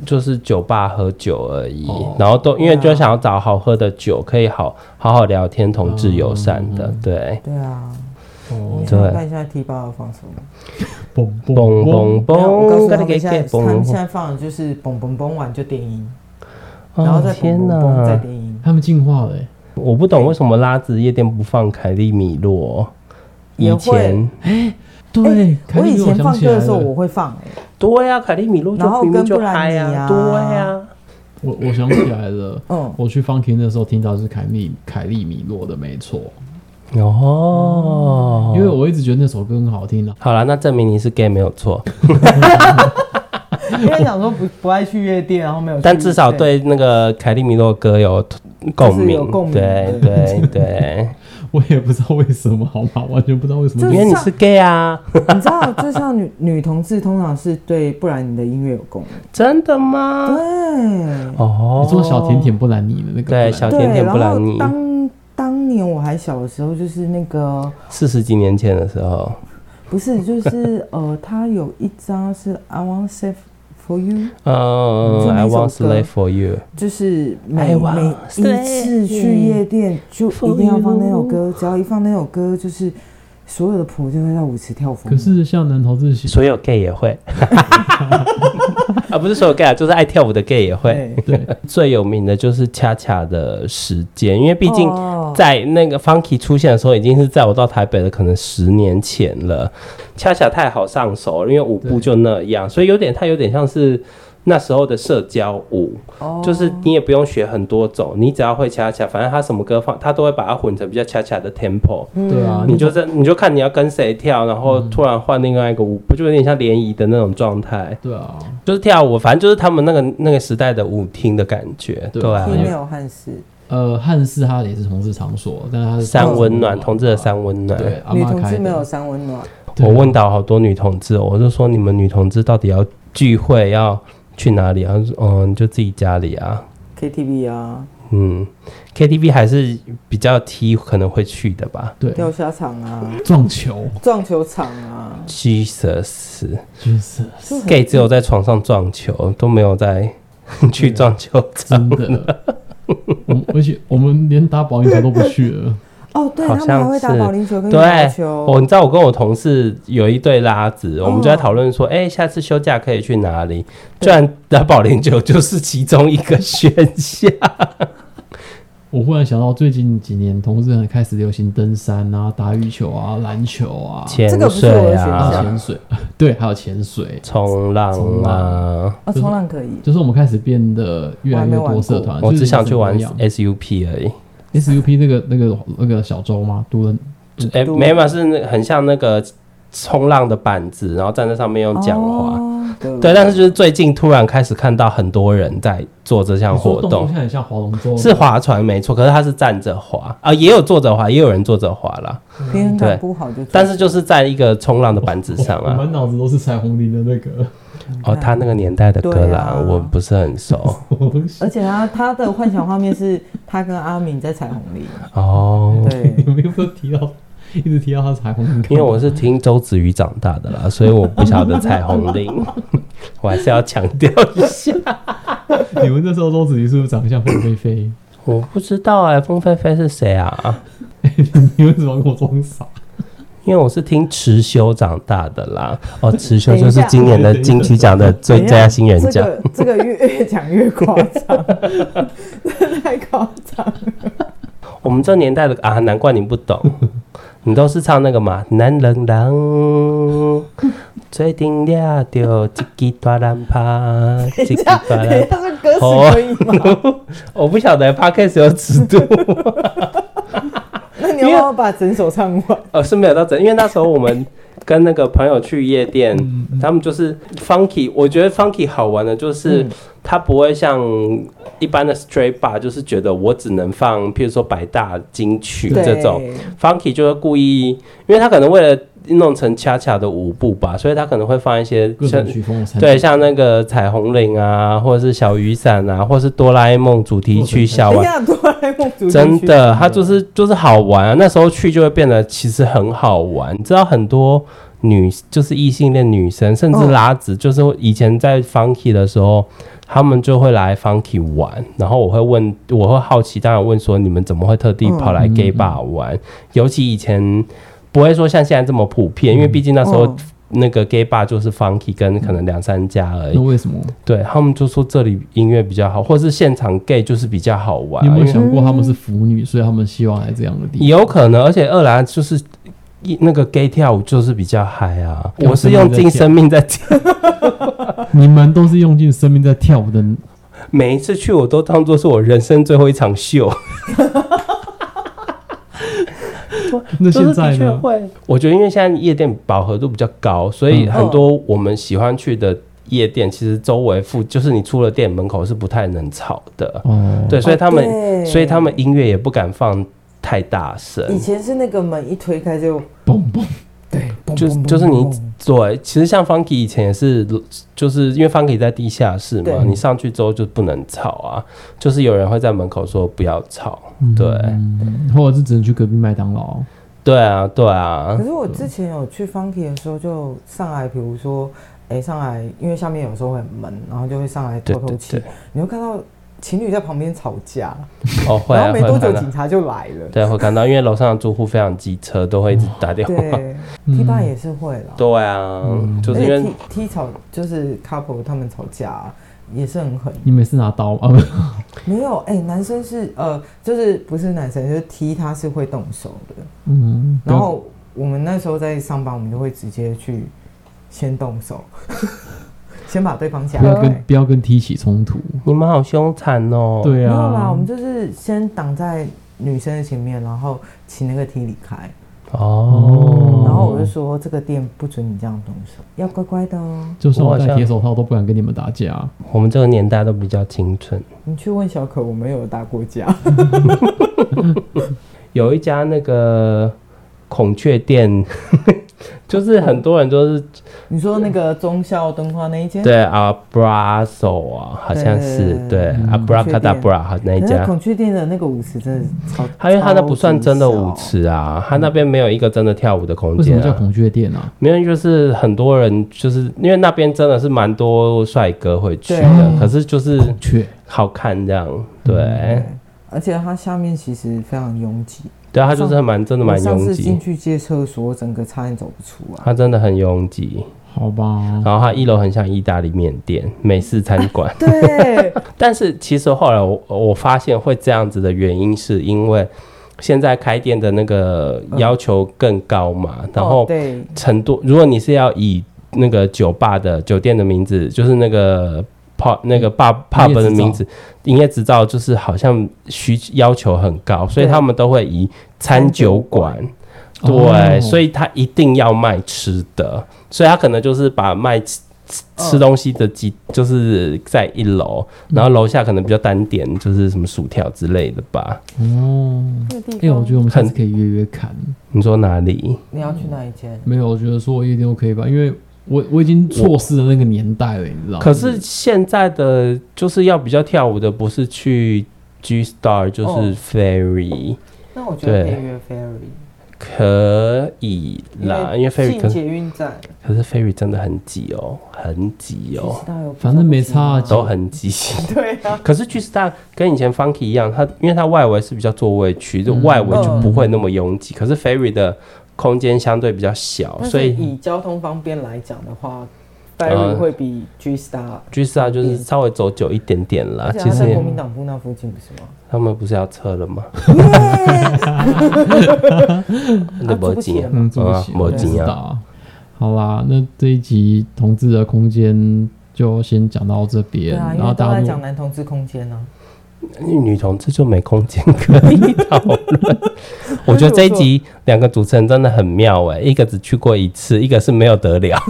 Speaker 1: 就是酒吧喝酒而已，
Speaker 2: 哦
Speaker 1: 然后都因为
Speaker 3: 对
Speaker 1: 就
Speaker 3: 啊
Speaker 1: 想要找好喝的酒，可以好好好聊天，同志友善的，
Speaker 3: 嗯
Speaker 1: 对。
Speaker 3: 对啊，
Speaker 2: 哦
Speaker 3: 你，
Speaker 1: 对
Speaker 3: 看一下 T 八要放什么？
Speaker 2: 蹦蹦
Speaker 1: 嘣嘣
Speaker 2: 蹦，
Speaker 3: 没有我告
Speaker 1: 嘣，
Speaker 3: 诉他们现
Speaker 1: 给
Speaker 3: 在，他们现
Speaker 1: 嘣！
Speaker 3: 在放的就是嘣嘣嘣完就电音，然后再嘣
Speaker 1: 哦天
Speaker 3: 嘣嘣再电音，
Speaker 2: 他们进化了耶。
Speaker 1: 我不懂为什么拉子夜店不放凯利米洛，以
Speaker 3: 也会
Speaker 1: 前
Speaker 2: 对，
Speaker 3: 我
Speaker 2: 凯莉
Speaker 3: 以
Speaker 2: 我
Speaker 3: 前
Speaker 2: 想
Speaker 3: 放
Speaker 2: 起
Speaker 3: 歌
Speaker 2: 来
Speaker 3: 的时候
Speaker 2: 了
Speaker 3: 我会放哎、
Speaker 1: 对呀、啊，凯利米洛就
Speaker 3: 然后
Speaker 1: 明明
Speaker 3: 跟
Speaker 1: 就
Speaker 3: 布兰
Speaker 1: 嗨呀、
Speaker 3: 妮啊
Speaker 1: 对呀、
Speaker 2: 我我想起来了，
Speaker 3: 嗯，
Speaker 2: 我去 Funky 那时候听到是凯利凯利米洛的，没错，
Speaker 3: 嗯
Speaker 1: 哦，
Speaker 2: 因为我一直觉得那首歌很好听啊。
Speaker 1: 好了，那证明你是 gay 没有错，
Speaker 3: 因为想说不不爱去夜店，然后没有去，
Speaker 1: 但至少对那个凯利米洛歌有共
Speaker 3: 嗯就是
Speaker 1: 鸣，
Speaker 3: 有共鸣
Speaker 1: 对对 对，
Speaker 2: 我也不知道为什么，好吗？完全不知道为什么
Speaker 3: 这
Speaker 1: 因
Speaker 2: 就
Speaker 1: 为
Speaker 2: 是。
Speaker 1: 你是 gay 啊，
Speaker 3: 你知道，就像女女同志通常是对不然你的音乐有共鸣，
Speaker 1: 真的吗？
Speaker 3: 对
Speaker 1: 哦
Speaker 2: 你说小甜甜布兰妮的那个布兰
Speaker 1: 对
Speaker 2: 妮，
Speaker 1: 小甜
Speaker 3: 对，
Speaker 1: 甜
Speaker 3: 然
Speaker 1: 布兰
Speaker 3: 后
Speaker 1: 妮，
Speaker 3: 当当年我还小的时候，就是那个
Speaker 1: 四十几年前的时候，
Speaker 3: 不是就是呃，他有一张是 I want save for you，
Speaker 1: 嗯
Speaker 3: 就
Speaker 1: ，I
Speaker 3: 那
Speaker 1: want
Speaker 3: 首歌
Speaker 1: slave for you，
Speaker 3: 就是
Speaker 1: I
Speaker 3: 每
Speaker 1: want
Speaker 3: 每一次去夜店就一定要放那首歌，只要一放那首歌，就是所有的婆就会在舞池跳疯。
Speaker 2: 可是像男同志喜，
Speaker 1: 所有 gay 也会， 啊，不是所有 gay 啊，就是爱跳舞的 gay 也会。
Speaker 3: 对，
Speaker 2: 对，
Speaker 1: 最有名的就是恰恰的时间，因为毕竟
Speaker 3: 哦
Speaker 1: 在那个 Funky 出现的时候，已经是在我到台北的可能十年前了。恰恰太好上手了，因为舞步
Speaker 2: 对
Speaker 1: 就那样，所以有点它有点像是那时候的社交舞，
Speaker 3: 哦
Speaker 1: 就是你也不用学很多种，你只要会恰恰，反正它什么歌放，它都会把它混成比较恰恰的 tempo。
Speaker 2: 对
Speaker 1: 哦
Speaker 2: 啊
Speaker 3: 嗯
Speaker 1: 你就嗯在你就看你要跟谁跳，然后突然换另外一个舞步，就有点像联谊的那种状态，
Speaker 2: 对啊，
Speaker 1: 就是跳舞，反正就是他们那个那个时代的舞厅的感觉，
Speaker 2: 对
Speaker 1: 对啊，
Speaker 3: female 汉室，
Speaker 2: 呃，汉室它也是同志场所，但是它是
Speaker 1: 三温暖，同志的
Speaker 2: 三
Speaker 1: 三温暖。
Speaker 2: 对，阿
Speaker 3: 女
Speaker 2: 妈
Speaker 3: 同
Speaker 2: 开
Speaker 3: 志没有
Speaker 2: 的。
Speaker 3: 三温暖，
Speaker 2: 对
Speaker 1: 我问到好多女同志哦，我就说你们女同志到底要聚会要去哪里啊？她说嗯，就自己家里啊。
Speaker 3: KTV 啊，
Speaker 1: 嗯，KTV 还是比较 T 可能会去的吧。
Speaker 2: 对
Speaker 3: 钓虾场啊，
Speaker 2: 撞球，
Speaker 3: 撞球场啊，
Speaker 1: Jesus，gay
Speaker 2: 就是
Speaker 3: 就很
Speaker 1: 只有在床上撞球，都没有在 去撞球场。
Speaker 2: 真的。我们而且我们连打保龄球都不去了，
Speaker 3: 哦，对
Speaker 1: 好
Speaker 3: 他们还
Speaker 1: 像
Speaker 3: 会打
Speaker 1: 是
Speaker 3: 保龄球跟羽
Speaker 1: 对
Speaker 3: 毛
Speaker 1: 哦，
Speaker 3: 球，
Speaker 1: 你知道我跟我同事有一对拉子，我们就在
Speaker 3: 哦
Speaker 1: 讨论说，哎、下次休假可以去哪里？
Speaker 3: 对
Speaker 1: 居然打保龄球就是其中一个选项。
Speaker 2: 我忽然想到最近几年同志很开始流行登山啊、打羽球啊、篮球啊、
Speaker 1: 潜
Speaker 3: 这个不是我
Speaker 1: 水
Speaker 3: 的选
Speaker 2: 还有
Speaker 3: 项
Speaker 1: 啊，
Speaker 2: 潜水， 对，还有潜水，
Speaker 1: 冲
Speaker 2: 冲
Speaker 1: 浪啊
Speaker 2: 浪，
Speaker 3: 哦，冲浪可以，
Speaker 2: 就是我们开始变得越来越多社团。
Speaker 1: 我
Speaker 2: 啊就是
Speaker 1: 哦只想去玩哎
Speaker 2: 你怎么样
Speaker 1: SUP 而已。
Speaker 2: SUP 那个那个那个小舟吗？独人
Speaker 1: 哎、
Speaker 3: 都
Speaker 1: 没嘛，是那很像那个冲浪的板子，然后站在上面用桨划。
Speaker 3: 哦对
Speaker 1: 对，但是就是最近突然开始看到很多人在做这项
Speaker 2: 你说
Speaker 1: 活
Speaker 2: 动作
Speaker 1: 动
Speaker 2: 现，在很像划龙舟，啊
Speaker 1: 是划船没错，可是他是站着划啊，也有坐着划，也有人坐着划啦。
Speaker 3: 平衡
Speaker 1: 对
Speaker 3: 感不好就，
Speaker 1: 但是就是在一个冲浪的板子上
Speaker 2: 我
Speaker 1: 啊。
Speaker 2: 满脑子都是彩虹林的那 个
Speaker 1: 哦，他那个年代的歌
Speaker 3: 对
Speaker 1: 啦，
Speaker 3: 啊
Speaker 1: 我不是很熟。
Speaker 2: 东西，
Speaker 1: 哎
Speaker 3: 而且他他的幻想画面是他跟阿敏在彩虹里，
Speaker 1: 哦，
Speaker 3: 对
Speaker 2: 你，们又不是提到一直提到它彩虹林干嘛，
Speaker 1: 因为我是听周子瑜长大的啦，所以我不晓得彩虹铃， 我还是要强调一下。
Speaker 2: 你们那时候周子瑜是不是长得像凤飞飞？
Speaker 1: 我不知道哎、风飞飞是谁啊？
Speaker 2: 你为什么要跟我装傻？
Speaker 1: 因为我是听池修长大的啦。 哦，池修
Speaker 3: 等一
Speaker 1: 就是
Speaker 3: 下
Speaker 1: 今年的金曲奖的最
Speaker 3: 等一下
Speaker 1: 佳新人
Speaker 3: 这
Speaker 1: 奖。
Speaker 3: 个这个越越讲越夸 张，真的太夸张了。
Speaker 1: 我们这年代的啊，难怪你不 懂，你都是唱那个嘛，男人人最顶了就一支大浪花， 一
Speaker 3: 等一
Speaker 1: 支
Speaker 3: 下，
Speaker 1: 大
Speaker 3: 等
Speaker 1: 浪
Speaker 3: 一下，这歌词
Speaker 1: 好啊
Speaker 3: 可以吗？
Speaker 1: 花。 我不晓得 podcast 有尺度，
Speaker 3: 那你要不要把整首唱完？
Speaker 1: 呃，是没有到整，因为那时候我们跟那个朋友去夜店，他们就是 funky，我觉得 funky 好玩的就是。
Speaker 3: 嗯
Speaker 1: 它不会像一般的 straight bar，就是觉得我只能放，譬如说百大金曲
Speaker 3: 对
Speaker 1: 这种，Funky 就会故意，因为他可能为了弄成恰恰的舞步吧，所以他可能会放一些
Speaker 2: 各
Speaker 1: 像
Speaker 2: 种曲风的产
Speaker 1: 对像那个彩虹领啊，或者是小雨伞啊，或是哆啦 A 梦主题曲小
Speaker 3: 等一
Speaker 1: 玩，
Speaker 3: 下，嗯哆啦 A 梦主题曲
Speaker 1: 真的，它就是就是好玩啊。那时候去就会变得其实很好玩，你知道很多。女就是异性恋女生，甚至
Speaker 3: 嗯
Speaker 1: 拉子，就是以前在 Funky 的时候，他们就会来 Funky 玩，然后我会问，我会好奇，当然问说你们怎么会特地
Speaker 3: 嗯
Speaker 1: 跑来 gay
Speaker 2: 嗯
Speaker 1: bar 玩？尤其以前不会说像现在这么普遍，因为毕竟那时候
Speaker 3: 嗯
Speaker 1: 那个 gay bar 就是 funky 跟可能两三家而
Speaker 2: 那
Speaker 3: 嗯
Speaker 1: 已。
Speaker 2: 为什么？
Speaker 1: 对他们就说这里音乐比较好，或是现场 gay 就是比较好玩
Speaker 2: 你
Speaker 1: 啊，
Speaker 2: 有没
Speaker 1: 因为
Speaker 2: 有想过他们是腐女，所以他们希望来这样的地方？
Speaker 1: 也有可能，而且二来就是。一那个 gay 跳舞就是比较嗨啊！
Speaker 2: 用
Speaker 1: 我是用尽生
Speaker 2: 生
Speaker 1: 命在跳，
Speaker 2: 你们都是用尽生命在跳舞的，
Speaker 1: 每一次去我都当做是我人生最后一场秀。
Speaker 2: 那
Speaker 1: 就是
Speaker 2: 现
Speaker 1: 的
Speaker 2: 在
Speaker 1: 确
Speaker 2: 呢？
Speaker 1: 会，我觉得因为现在夜店饱和度比较高，所以
Speaker 2: 嗯
Speaker 1: 很多我们喜欢去的夜店，其实周围附就是你出了店门口是不太能吵的，
Speaker 2: 哦，
Speaker 1: 对，所以他们、
Speaker 3: 对
Speaker 1: 所以他们音乐也不敢放太大声，
Speaker 3: 以前是那个门一推开就
Speaker 1: 啊
Speaker 2: 蹦蹦，
Speaker 3: 对，嘣
Speaker 1: 就
Speaker 3: 嘣嘣
Speaker 1: 就是你
Speaker 3: 嘣嘣
Speaker 1: 对，其实像 Funky 以前也是，就是因为 Funky 在地下室嘛
Speaker 3: 对，
Speaker 1: 你上去之后就不能吵啊，就是有人会在门口说不要吵，对
Speaker 2: 嗯或者是只能去隔壁麦当劳。
Speaker 1: 对啊，对啊
Speaker 3: 可，是我之前有去 Funky 的时候，就上来，比如说，哎、上来，因为下面有时候会很闷，然后就会上来
Speaker 1: 对
Speaker 3: 透透
Speaker 1: 对
Speaker 3: 气
Speaker 1: 对。
Speaker 3: 你会看到情侣在旁边吵架，
Speaker 1: 哦会
Speaker 3: 然
Speaker 1: 啊
Speaker 3: 后没
Speaker 1: 会
Speaker 3: 多久
Speaker 1: 看到
Speaker 3: 警察就来了。
Speaker 1: 对，会看到，因为楼上的住户非常机车，都会一直打电话。
Speaker 3: 对，T 八也是会啦。
Speaker 1: 对啊，就
Speaker 3: 而
Speaker 1: 是因
Speaker 3: 且
Speaker 1: 为
Speaker 3: T T 吵就是 couple 他们吵架、也是很狠，
Speaker 2: 你每次拿刀啊？不
Speaker 3: 没有哎、男生是呃，就是不是男生，就是 T 他是会动手的。
Speaker 2: 嗯，
Speaker 3: 然后我们那时候在上班，我们就会直接去先动手， 先把对方夹
Speaker 2: 不
Speaker 1: 啊
Speaker 2: 要跟
Speaker 3: 开。
Speaker 2: 不要跟 T 起冲突。
Speaker 1: 你们好凶残哦。，
Speaker 2: 对
Speaker 3: 没有啦，我
Speaker 2: 啊
Speaker 3: 们，就是先挡在女生的前面，然后请那个 T 离开。
Speaker 1: 哦，
Speaker 3: 然后我就说这个店不准你这样动手，要乖乖的哦。
Speaker 2: 就算
Speaker 1: 我
Speaker 2: 我
Speaker 1: 好
Speaker 2: 戴
Speaker 1: 像
Speaker 2: 铁手套都不敢跟你们打架、啊
Speaker 1: 我们这个年代都比较清纯。
Speaker 3: 你去问小可，我没有打过架。
Speaker 1: 有一家那个孔雀店， 就是很多人都是
Speaker 3: 你说那个忠孝敦化那一间，，
Speaker 1: 对啊 b r a s o 啊，好像是
Speaker 3: 对
Speaker 1: 对
Speaker 2: 嗯
Speaker 1: a b r a c a d a b r a 那一
Speaker 3: 可是
Speaker 1: 家。
Speaker 3: 孔雀店的那个舞池真的是超，
Speaker 1: 他因为他那不算真的舞
Speaker 3: 超级少，
Speaker 1: 池啊，他那边没有一个真的跳舞的空
Speaker 2: 为什
Speaker 1: 间
Speaker 2: 么叫
Speaker 1: 啊。
Speaker 2: 孔雀店啊？
Speaker 1: 没有，就是很多人就是因为那边真的是蛮多帅哥会去的
Speaker 3: 对，
Speaker 1: 可是就是
Speaker 2: 孔雀，
Speaker 1: 好看这样。
Speaker 3: 嗯
Speaker 1: 对，
Speaker 3: 而且它下面其实非常拥挤，
Speaker 1: 对啊，他就是蛮真的
Speaker 3: 我
Speaker 1: 蛮
Speaker 3: 上
Speaker 1: 拥
Speaker 3: 次进
Speaker 1: 挤，
Speaker 3: 去借厕所，整个差点走不出来。
Speaker 1: 他真的很拥挤。
Speaker 2: 好吧，
Speaker 1: 然后它一楼很像意大利面店、美式餐馆，
Speaker 3: 对，
Speaker 1: 但是其实后来我我发现会这样子的原因，是因为现在开店的那个要求更高嘛， 然
Speaker 3: 嗯哦
Speaker 1: 后
Speaker 3: 对，
Speaker 1: 程度，如果你是要以那个酒吧的酒店的名字，就是那个 pub 那个 pub
Speaker 2: 嗯营
Speaker 1: pub
Speaker 2: 业执照
Speaker 1: 的名字，营业执照就是好像需要求很高，所以
Speaker 3: 对
Speaker 1: 他们都会以餐酒馆。对，
Speaker 2: 哦
Speaker 1: 所以他一定要卖吃的，所以他可能就是把卖吃吃吃东西的几，就是在一楼，
Speaker 2: 嗯
Speaker 1: 然后楼下可能比较单点，就是什么薯条之类的吧。
Speaker 2: 哦，
Speaker 3: 那个
Speaker 2: 哎、
Speaker 3: 地
Speaker 2: 我
Speaker 3: 方
Speaker 2: 觉得我们下次可以约约看。
Speaker 1: 你说哪里？
Speaker 3: 你要去哪一间？
Speaker 2: 没有，我觉得说夜店 OK 吧，因为我我已经错失了那个年代了，你知道吗？
Speaker 1: 可是现在的就是要比较跳舞的，不是去 G Star 就
Speaker 3: 哦
Speaker 1: 是 Ferry，、
Speaker 3: 那我觉得
Speaker 1: 对
Speaker 3: 可以约 Ferry，
Speaker 1: 可以啦，因为 Ferry
Speaker 3: 进
Speaker 1: 可
Speaker 3: 捷运站，
Speaker 1: 可是 Ferry 真的很挤哦，很挤
Speaker 3: 其
Speaker 1: 哦
Speaker 3: 实，它有比较
Speaker 2: 反正没差啊
Speaker 3: 不挤
Speaker 1: 都很挤。
Speaker 3: 吗对啊，
Speaker 1: 可是 G Star 跟以前 Funky 一样，它因为它外围是比较座位区，就
Speaker 2: 嗯
Speaker 1: 外围就不会那么拥挤。可是 Ferry 的空间相对比较小，
Speaker 3: 但
Speaker 1: 哦所
Speaker 3: 是
Speaker 1: 以
Speaker 3: 以交通方便来讲的话
Speaker 1: 呃
Speaker 3: ，Ferry 会比 G Star，
Speaker 1: G Star 就是稍微走久一点点啦
Speaker 3: 而。且
Speaker 1: 啊其
Speaker 3: 它
Speaker 1: 实
Speaker 3: 在
Speaker 1: 也
Speaker 3: 国民党部那附近不是吗？
Speaker 1: 他们不是要撤了 吗？那
Speaker 3: 啊
Speaker 1: 没
Speaker 3: 住不起
Speaker 1: 钱
Speaker 3: 了
Speaker 1: 啊，
Speaker 2: 嗯，做不起，
Speaker 1: 嗯没
Speaker 2: 知
Speaker 1: 钱啊
Speaker 2: 道啊。好啦，那这一集同志的空间就先讲到这边，
Speaker 3: 对啊，因
Speaker 2: 然后
Speaker 3: 为都
Speaker 2: 大家
Speaker 3: 在
Speaker 2: 如
Speaker 3: 讲男同志空间啊呢、
Speaker 1: 女同志就没空间可以讨论。 我觉得这一集两个主持人真的很妙哎、一个只去过一次，一个是没有得 聊。
Speaker 3: 啊，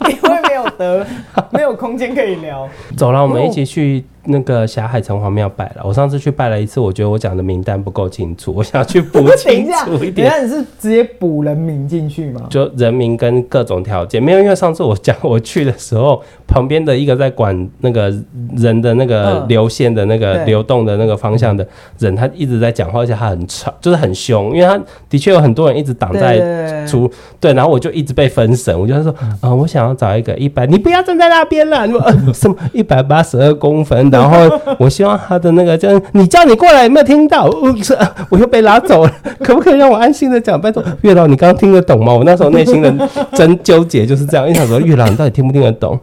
Speaker 3: 因为没有得，没有空间可以聊。
Speaker 1: 走了，我们一起去那个霞海城隍庙拜了。我上次去拜了一次，我觉得我讲的名单不够清楚，我想要去 补
Speaker 3: 等
Speaker 1: 清
Speaker 3: 一下，
Speaker 1: 楚一
Speaker 3: 等
Speaker 1: 点。
Speaker 3: 下你是直接补人名进去吗？
Speaker 1: 就人民跟各种条件没有，因为上次我讲我去的时候，旁边的一个在管那个人的那个
Speaker 3: 嗯
Speaker 1: 流线的那个
Speaker 3: 对
Speaker 1: 流动的那个方向的人，他一直在讲话，而且他很吵，就是很凶，因为他的确有很多人一直挡
Speaker 3: 对
Speaker 1: 在
Speaker 3: 对嗯
Speaker 1: 出对，然后我就一直被分神，我就说，啊、我想要找一个一百，你不要站在那边了，你说、呃、什么一百八十二公分，然 后我希望他的那个就是你叫你过来有没有听到？我是、呃我又被拉走了， 可不可以让我安心的讲？拜托，月老，你刚刚听得懂吗？我那时候内心 的真纠结就是这样，一想说月老，你到底听不听得懂？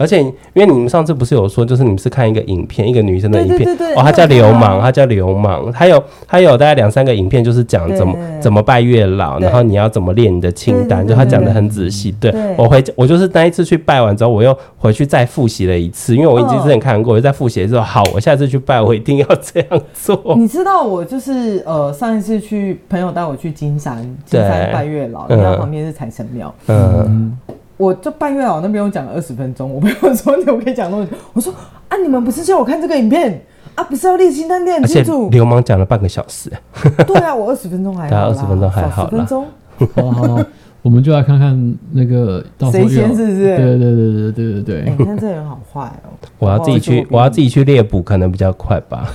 Speaker 1: 而且，因为你们上次不是有说，就是你们是看一个影片，一个女生的影
Speaker 3: 对对
Speaker 1: 片，
Speaker 3: 对对，
Speaker 1: 哦，他叫
Speaker 3: 你有
Speaker 1: 流
Speaker 3: 看吗
Speaker 1: 氓，他叫流氓，他有他有大概两三个影片，就是讲怎么
Speaker 3: 对
Speaker 1: 怎么拜月老，
Speaker 3: 对
Speaker 1: 然后你要怎么列你的清单，
Speaker 3: 对对
Speaker 1: 就
Speaker 3: 对
Speaker 1: 他讲的很仔细。对
Speaker 3: 对
Speaker 1: 我回我就是那一次去拜完之后，我又回去再复习了一次，因为我已经
Speaker 3: 哦
Speaker 1: 之前看过，我就再复习的时候，好，我下次去拜，我一定要这样做。
Speaker 3: 你知道我就是呃，上一次去朋友带我去金山，金
Speaker 1: 对
Speaker 3: 山拜月老，
Speaker 1: 嗯
Speaker 3: 然后旁边是财神庙。
Speaker 1: 嗯，
Speaker 3: 我就拜月老那边，我讲了二十分钟。我朋友说：“你怎么可以讲那么久？”我说：“啊，你们不是叫我看这个影片啊，不是要列清单列很
Speaker 1: 而且
Speaker 3: 清楚？
Speaker 1: 流氓讲了半个小时，
Speaker 3: 对啊，我二十分钟还好啦，
Speaker 1: 对啊20分钟还好啦
Speaker 3: 少十 分钟。
Speaker 2: 好好好，我们就来看看那个到时候
Speaker 3: 谁先
Speaker 2: 又
Speaker 3: 是不是
Speaker 2: 对对对对对对
Speaker 3: 哎、
Speaker 2: 对
Speaker 3: 你看这人好坏哦、
Speaker 1: 我要自己去，我要自
Speaker 3: 己，
Speaker 1: 己去猎捕，可能比较快吧。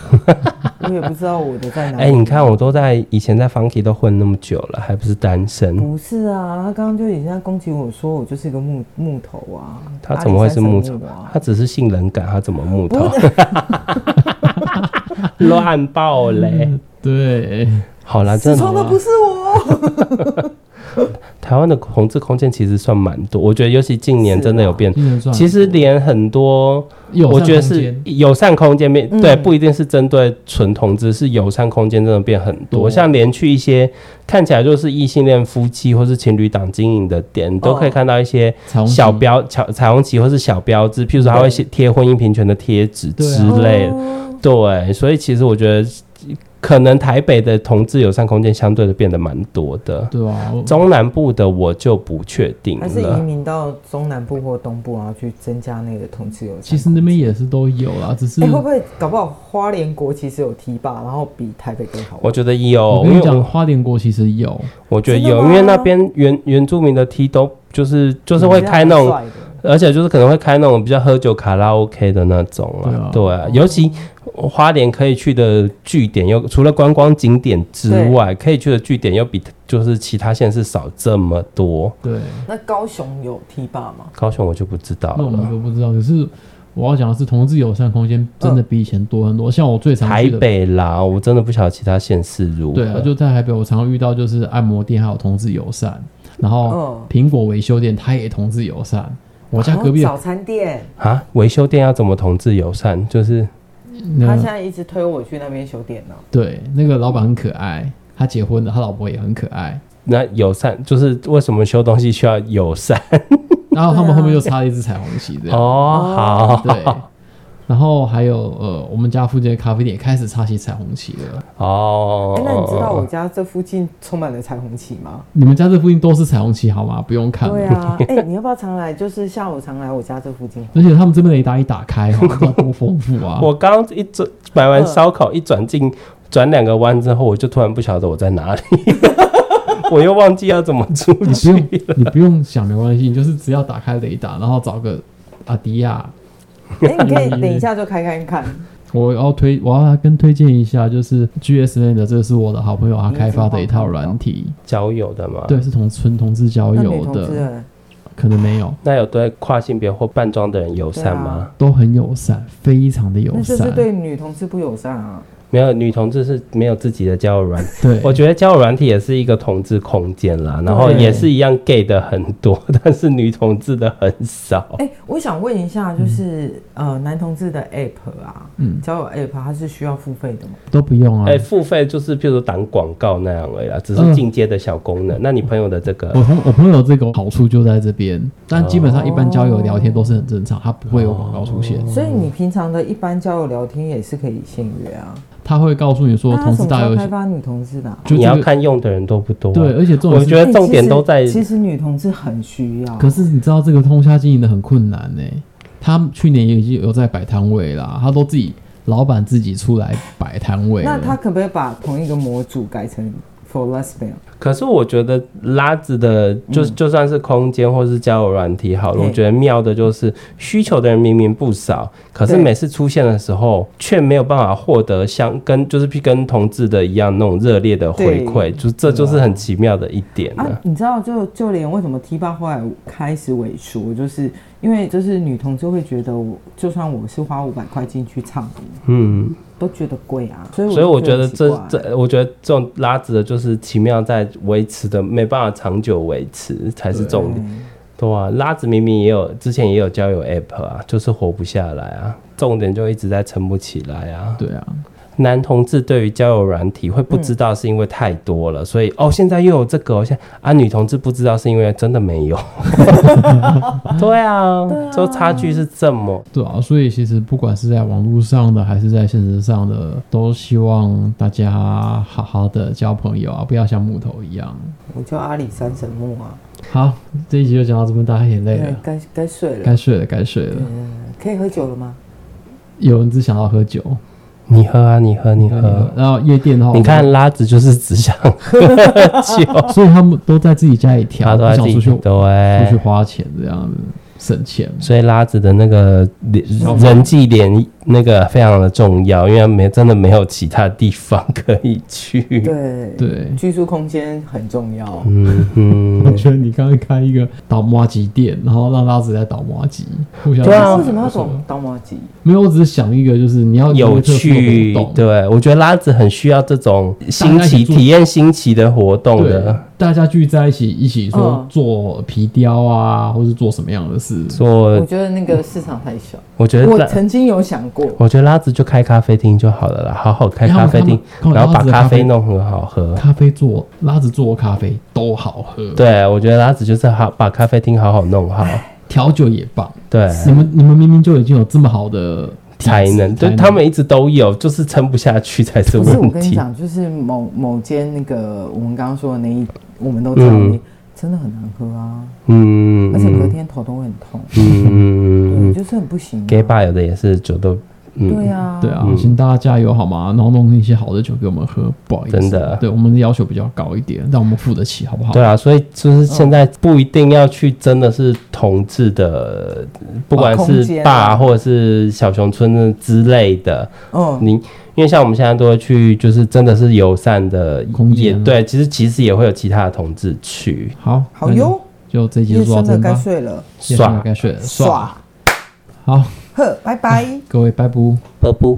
Speaker 3: 我也不知道我的在哪里。
Speaker 1: 哎，你看我都在以前在 Funky 都混那么久了，还不是单身？
Speaker 3: 不是啊，他刚刚就已经在攻击我说我就是一个木木头啊，
Speaker 1: 他怎么会是木头
Speaker 3: 阿里山神木啊？
Speaker 1: 他只是性冷感，他怎么木头？ 乱爆 嘞！
Speaker 2: 对，
Speaker 1: 好啦，
Speaker 3: 痔
Speaker 1: 真的，
Speaker 3: 疮的不是我，
Speaker 1: 台湾的同志空间其实算蛮多，我觉得尤其近年
Speaker 3: 是啊
Speaker 1: 真的有变。
Speaker 2: 一人算
Speaker 1: 其实连很多，
Speaker 2: 友
Speaker 1: 我
Speaker 2: 善
Speaker 1: 觉得
Speaker 2: 空
Speaker 1: 是
Speaker 2: 间
Speaker 1: 友善空间变，
Speaker 3: 嗯
Speaker 1: 对，不一定是针对纯同志，是友善空间真的变很多。
Speaker 2: 多
Speaker 1: 像连去一些看起来就是异性恋夫妻或是情侣档经营的店，你都可以
Speaker 3: 哦
Speaker 1: 看到一些
Speaker 2: 彩虹
Speaker 1: 小
Speaker 2: 旗
Speaker 1: 标、彩彩虹旗或是小标志，譬如说他会
Speaker 3: 对
Speaker 1: 写贴婚姻平权的贴纸
Speaker 2: 对啊
Speaker 1: 之类的。
Speaker 3: 哦
Speaker 1: 对，所以其实我觉得可能台北的同志友善空间相对的变得蛮多的，
Speaker 2: 对啊，我
Speaker 1: 中南部的我就不确定
Speaker 3: 还是移
Speaker 1: 了。
Speaker 3: 民到中南部或东部，然后去增加那个同志友善。
Speaker 2: 其实那边也是都有啦，只是
Speaker 3: 哎、会不会搞不好花莲国其实有提拔，然后比台北更好玩？
Speaker 1: 我觉得有，
Speaker 2: 我跟
Speaker 1: 因
Speaker 2: 你
Speaker 1: 为
Speaker 2: 讲，
Speaker 1: 我
Speaker 2: 花莲国其实有，
Speaker 1: 我觉得
Speaker 3: 真的
Speaker 1: 有，
Speaker 3: 吗
Speaker 1: 因为那边原原住民的梯都就是就是会
Speaker 3: 你这样
Speaker 1: 开那种
Speaker 3: 嗯帅的
Speaker 1: 而且就是可能会开那种比较喝酒卡拉 OK 的那种啊，对
Speaker 2: 对
Speaker 1: 啊，尤其花莲可以去的据点又除了观光景点之外，可以去的据点又比就是其他县市少这么多。
Speaker 2: 对，
Speaker 3: 那高雄有提拔吗？
Speaker 1: 高雄我就不知道
Speaker 2: 那我们
Speaker 1: 了，
Speaker 2: 就不知道。可是我要讲的是，同志友善空间真的比以前多很多。像我最常
Speaker 1: 台
Speaker 2: 去的，
Speaker 1: 北啦，我真的不晓得其他县市如何。
Speaker 2: 对啊，就在台北，我常遇到就是按摩店还有同志友善，然后
Speaker 3: 嗯
Speaker 2: 苹果维修店它也同志友善。我哦家隔壁
Speaker 3: 然后
Speaker 2: 的
Speaker 3: 早餐店，
Speaker 1: 啊，维修店要怎么同志友善？就是
Speaker 2: 那
Speaker 3: 他
Speaker 2: 个
Speaker 3: 现在一直推我去那边修电脑。
Speaker 2: 对那个老板很可爱，他结婚了，他老婆也很可爱。
Speaker 1: 那友善，就是为什么修东西需要友善？
Speaker 2: 然后他们
Speaker 3: 对啊
Speaker 2: 后面又插了一只彩虹旗，这样。
Speaker 1: 哦，好，
Speaker 2: 对，然后还有呃，我们家附近的咖啡店也开始插起彩虹旗了。
Speaker 1: 哦
Speaker 3: 哎、，那你知道
Speaker 2: 哦
Speaker 3: 我家这附近充满了彩虹旗吗？
Speaker 2: 你们家这附近都是彩虹旗好吗？不用看了。
Speaker 3: 对啊，哎、你要不要常来？就是下午常来我家这附近。
Speaker 2: 而且他们这边的雷达一打开， 哦，不知道多丰富啊！
Speaker 1: 我刚一转买完烧烤，一转进转两个弯之后，我就突然不晓得我在 哪里，我又忘记要怎么出
Speaker 2: 你不
Speaker 1: 去。
Speaker 2: 用，你不用想，没关系，你就是只要打开雷达，然后找个阿迪亚。
Speaker 3: 哎、你 可以等一下就开开看。
Speaker 2: 我要推，我要跟推荐一下，就是 GSN 的，这是我的好朋友他开发的一套软体，
Speaker 1: 交友的嘛，
Speaker 2: 对，，是同纯同志交
Speaker 3: 那女
Speaker 2: 友
Speaker 3: 同志
Speaker 2: 的，
Speaker 3: 呢
Speaker 2: 可能没有，
Speaker 1: 那有对跨性别或扮装的人友善吗？
Speaker 2: 都很友善，非常的友
Speaker 3: 那就是
Speaker 2: 善。
Speaker 3: 对女同志不友善啊。
Speaker 1: 没有，女同志是没有自己的交友软体。
Speaker 2: 对，
Speaker 1: 我觉得交友软体也是一个同志空间啦，然后
Speaker 2: 对
Speaker 1: 也是一样 gay 的很多， 但是女同志的很少。
Speaker 3: 哎、我想问一下，就是、呃，男同志的 app 啊，
Speaker 2: 嗯，
Speaker 3: 交友 app 它是需要付费的吗？
Speaker 2: 都不用啊。
Speaker 1: 哎、付费就是譬如挡广告那样而已啦，只是
Speaker 2: 嗯
Speaker 1: 进阶的小功能。那你朋友的这个
Speaker 3: 哦
Speaker 2: 我朋我朋友这个好处就在这边，但基本
Speaker 1: 哦
Speaker 2: 上一般交友聊天都是很正常，他不会有广告出现。
Speaker 3: 所以你平常的一般交友聊天也是可以限约啊。
Speaker 2: 他会告诉你说
Speaker 3: 那他
Speaker 2: 同
Speaker 3: 什
Speaker 2: 志
Speaker 3: 么
Speaker 2: 大
Speaker 3: 时候
Speaker 2: 游
Speaker 3: 开
Speaker 2: 戏，
Speaker 3: 发女同志的啊、
Speaker 2: 就
Speaker 1: 你要
Speaker 2: 这个
Speaker 1: 看用的人多不多、啊？
Speaker 2: 对，而且重
Speaker 1: 我
Speaker 2: 点
Speaker 1: 觉
Speaker 2: 是，
Speaker 1: 得重点都在
Speaker 3: 哎其实其实女同志很需要，
Speaker 2: 可是你知道这个通宵经营的很困难呢、他去年也已经有在摆摊位啦，他都自己老板自己出来摆摊位了。
Speaker 3: 那他可不可以把同一个模组改成 for lesbian？
Speaker 1: 可是我觉得拉子的，就
Speaker 3: 嗯
Speaker 1: 就算是空间或是交友软体好了，
Speaker 3: 嘿
Speaker 1: 我觉得妙的就是需求的人明明不少，可是
Speaker 3: 对
Speaker 1: 每次出现的时候却没有办法获得像跟就是跟同志的一样那种热烈的回馈，
Speaker 3: 对
Speaker 1: 就这就是很奇妙的一点呢、
Speaker 3: 啊，你知道就就连为什么 T 八后来开始萎缩，就是因为就是女同志会觉得我就算我是花五百块进去唱，
Speaker 1: 嗯，
Speaker 3: 都觉得贵啊，所以
Speaker 1: 所以我觉得
Speaker 3: 就
Speaker 1: 这
Speaker 3: 很奇怪啊
Speaker 1: 这，我觉得这种拉子的就是奇妙在维持的，没办法长久维持才是重点。
Speaker 3: 嗯
Speaker 1: 对啊，拉子明明也有之前也有交友 app 啊，就是活不下来啊，重点就一直在撑不起来啊。
Speaker 2: 对啊，
Speaker 1: 男同志对于交友软体会不知道是因为太多了，所以哦，现在又有这个、哦，现在啊，女同志不知道是因为真的没有。 对啊，就差距是这么。
Speaker 2: 对啊，所以其实不管是在网络上的还是在现实上的，都希望大家好好的交朋友啊，不要像木头一样。
Speaker 3: 我叫阿里山神木啊，
Speaker 2: 好，这一集就讲到这边，大家也累
Speaker 3: 对
Speaker 2: 了，，
Speaker 3: 该该睡了
Speaker 2: 该，睡了，该睡了。
Speaker 3: 嗯，可以喝酒了吗？
Speaker 2: 有人只想要喝酒，
Speaker 1: 你喝啊，你喝，你喝。
Speaker 2: 然后夜店的话，
Speaker 1: 你看，拉子就是只想 喝酒，
Speaker 2: 所以他们都在自己家里
Speaker 1: 他
Speaker 2: 调，
Speaker 1: 都
Speaker 2: 不
Speaker 1: 在
Speaker 2: 想
Speaker 1: 自己
Speaker 2: 出去出
Speaker 1: 对
Speaker 2: 去花钱这样子省钱。
Speaker 1: 所以拉子的那个联人际联那个非常的重要，因为没真的没有其他地方可以去。
Speaker 3: 对，
Speaker 2: 对，
Speaker 3: 居住空间很重要。
Speaker 1: 嗯
Speaker 2: 我
Speaker 1: 哼，
Speaker 2: 觉得你刚刚开一个倒麻吉店，然后让大家只在倒麻吉，互相
Speaker 1: 对啊
Speaker 3: 为什么要走刀麻吉？
Speaker 2: 没有，我只是想一个，就是你要
Speaker 1: 有
Speaker 2: 一个特殊
Speaker 1: 趣
Speaker 2: 的活，动，
Speaker 1: 对我觉得拉子很需要这种新
Speaker 2: 大家
Speaker 1: 奇
Speaker 2: 一起做
Speaker 1: 体验新奇的活动
Speaker 2: 对
Speaker 1: 的，，
Speaker 2: 大家聚在一起一起说
Speaker 3: 嗯
Speaker 2: 做皮雕啊，或是做什么样的事，
Speaker 3: 我
Speaker 1: 做
Speaker 3: 觉得那个市场太小。
Speaker 1: 我觉得
Speaker 3: 我
Speaker 1: 拉
Speaker 3: 曾经有想过，
Speaker 1: 我觉得拉子就开咖啡厅就好了啦，好好开
Speaker 2: 然后
Speaker 1: 咖啡厅，
Speaker 2: 他们
Speaker 1: 然后把
Speaker 2: 他们
Speaker 1: 咖
Speaker 2: 拉子的咖啡
Speaker 1: 啡弄很好喝。
Speaker 2: 咖啡做拉子做咖啡都好喝，
Speaker 1: 对，我觉得拉子就是好把咖啡厅好好弄好。
Speaker 2: 调酒也棒。
Speaker 1: 对，
Speaker 2: 你们你们明明就已经有这么好的
Speaker 1: 才能，对他们一直都有，就是撑不下去才是
Speaker 3: 不是我
Speaker 1: 问
Speaker 3: 跟你
Speaker 1: 题。
Speaker 3: 讲，就是某某间那个我们刚刚说的那一，我们都知道的那一、
Speaker 1: 嗯
Speaker 3: 真的很难喝啊，
Speaker 1: 嗯
Speaker 3: 而且隔天头都会很痛，
Speaker 1: 嗯
Speaker 3: 对，
Speaker 1: 嗯
Speaker 3: 就是很不行、啊。
Speaker 1: ，gay bar 有的也是酒都，
Speaker 3: 对
Speaker 1: 嗯，
Speaker 3: 啊，
Speaker 2: 对啊，请大家加油好吗？然后弄一些好的酒给我们喝，不好意思，
Speaker 1: 真的
Speaker 2: 对我们的要求比较高一点，让我们付得起好不好？
Speaker 1: 对啊，所以就是现在不一定要去真的是同志的，不管
Speaker 3: 空
Speaker 1: 是
Speaker 3: 间啊
Speaker 1: 爸或者是小熊村之类的，
Speaker 3: 嗯，
Speaker 1: 你因为像我们现在都会去，就是真的是友善的
Speaker 2: 空
Speaker 1: 也
Speaker 2: 间啊
Speaker 1: 对，其实其实也会有其他的同志去
Speaker 2: 好，
Speaker 3: 好哟，
Speaker 2: 那就这一集
Speaker 3: 夜
Speaker 2: 就做到这
Speaker 3: 深了，
Speaker 2: 里
Speaker 3: 该
Speaker 2: 吧。
Speaker 3: 睡了，
Speaker 2: 夜深了
Speaker 1: 耍
Speaker 2: 该睡了，
Speaker 3: 耍
Speaker 2: 好，
Speaker 3: 呵，拜拜。
Speaker 2: 各位拜拜。
Speaker 1: 不不。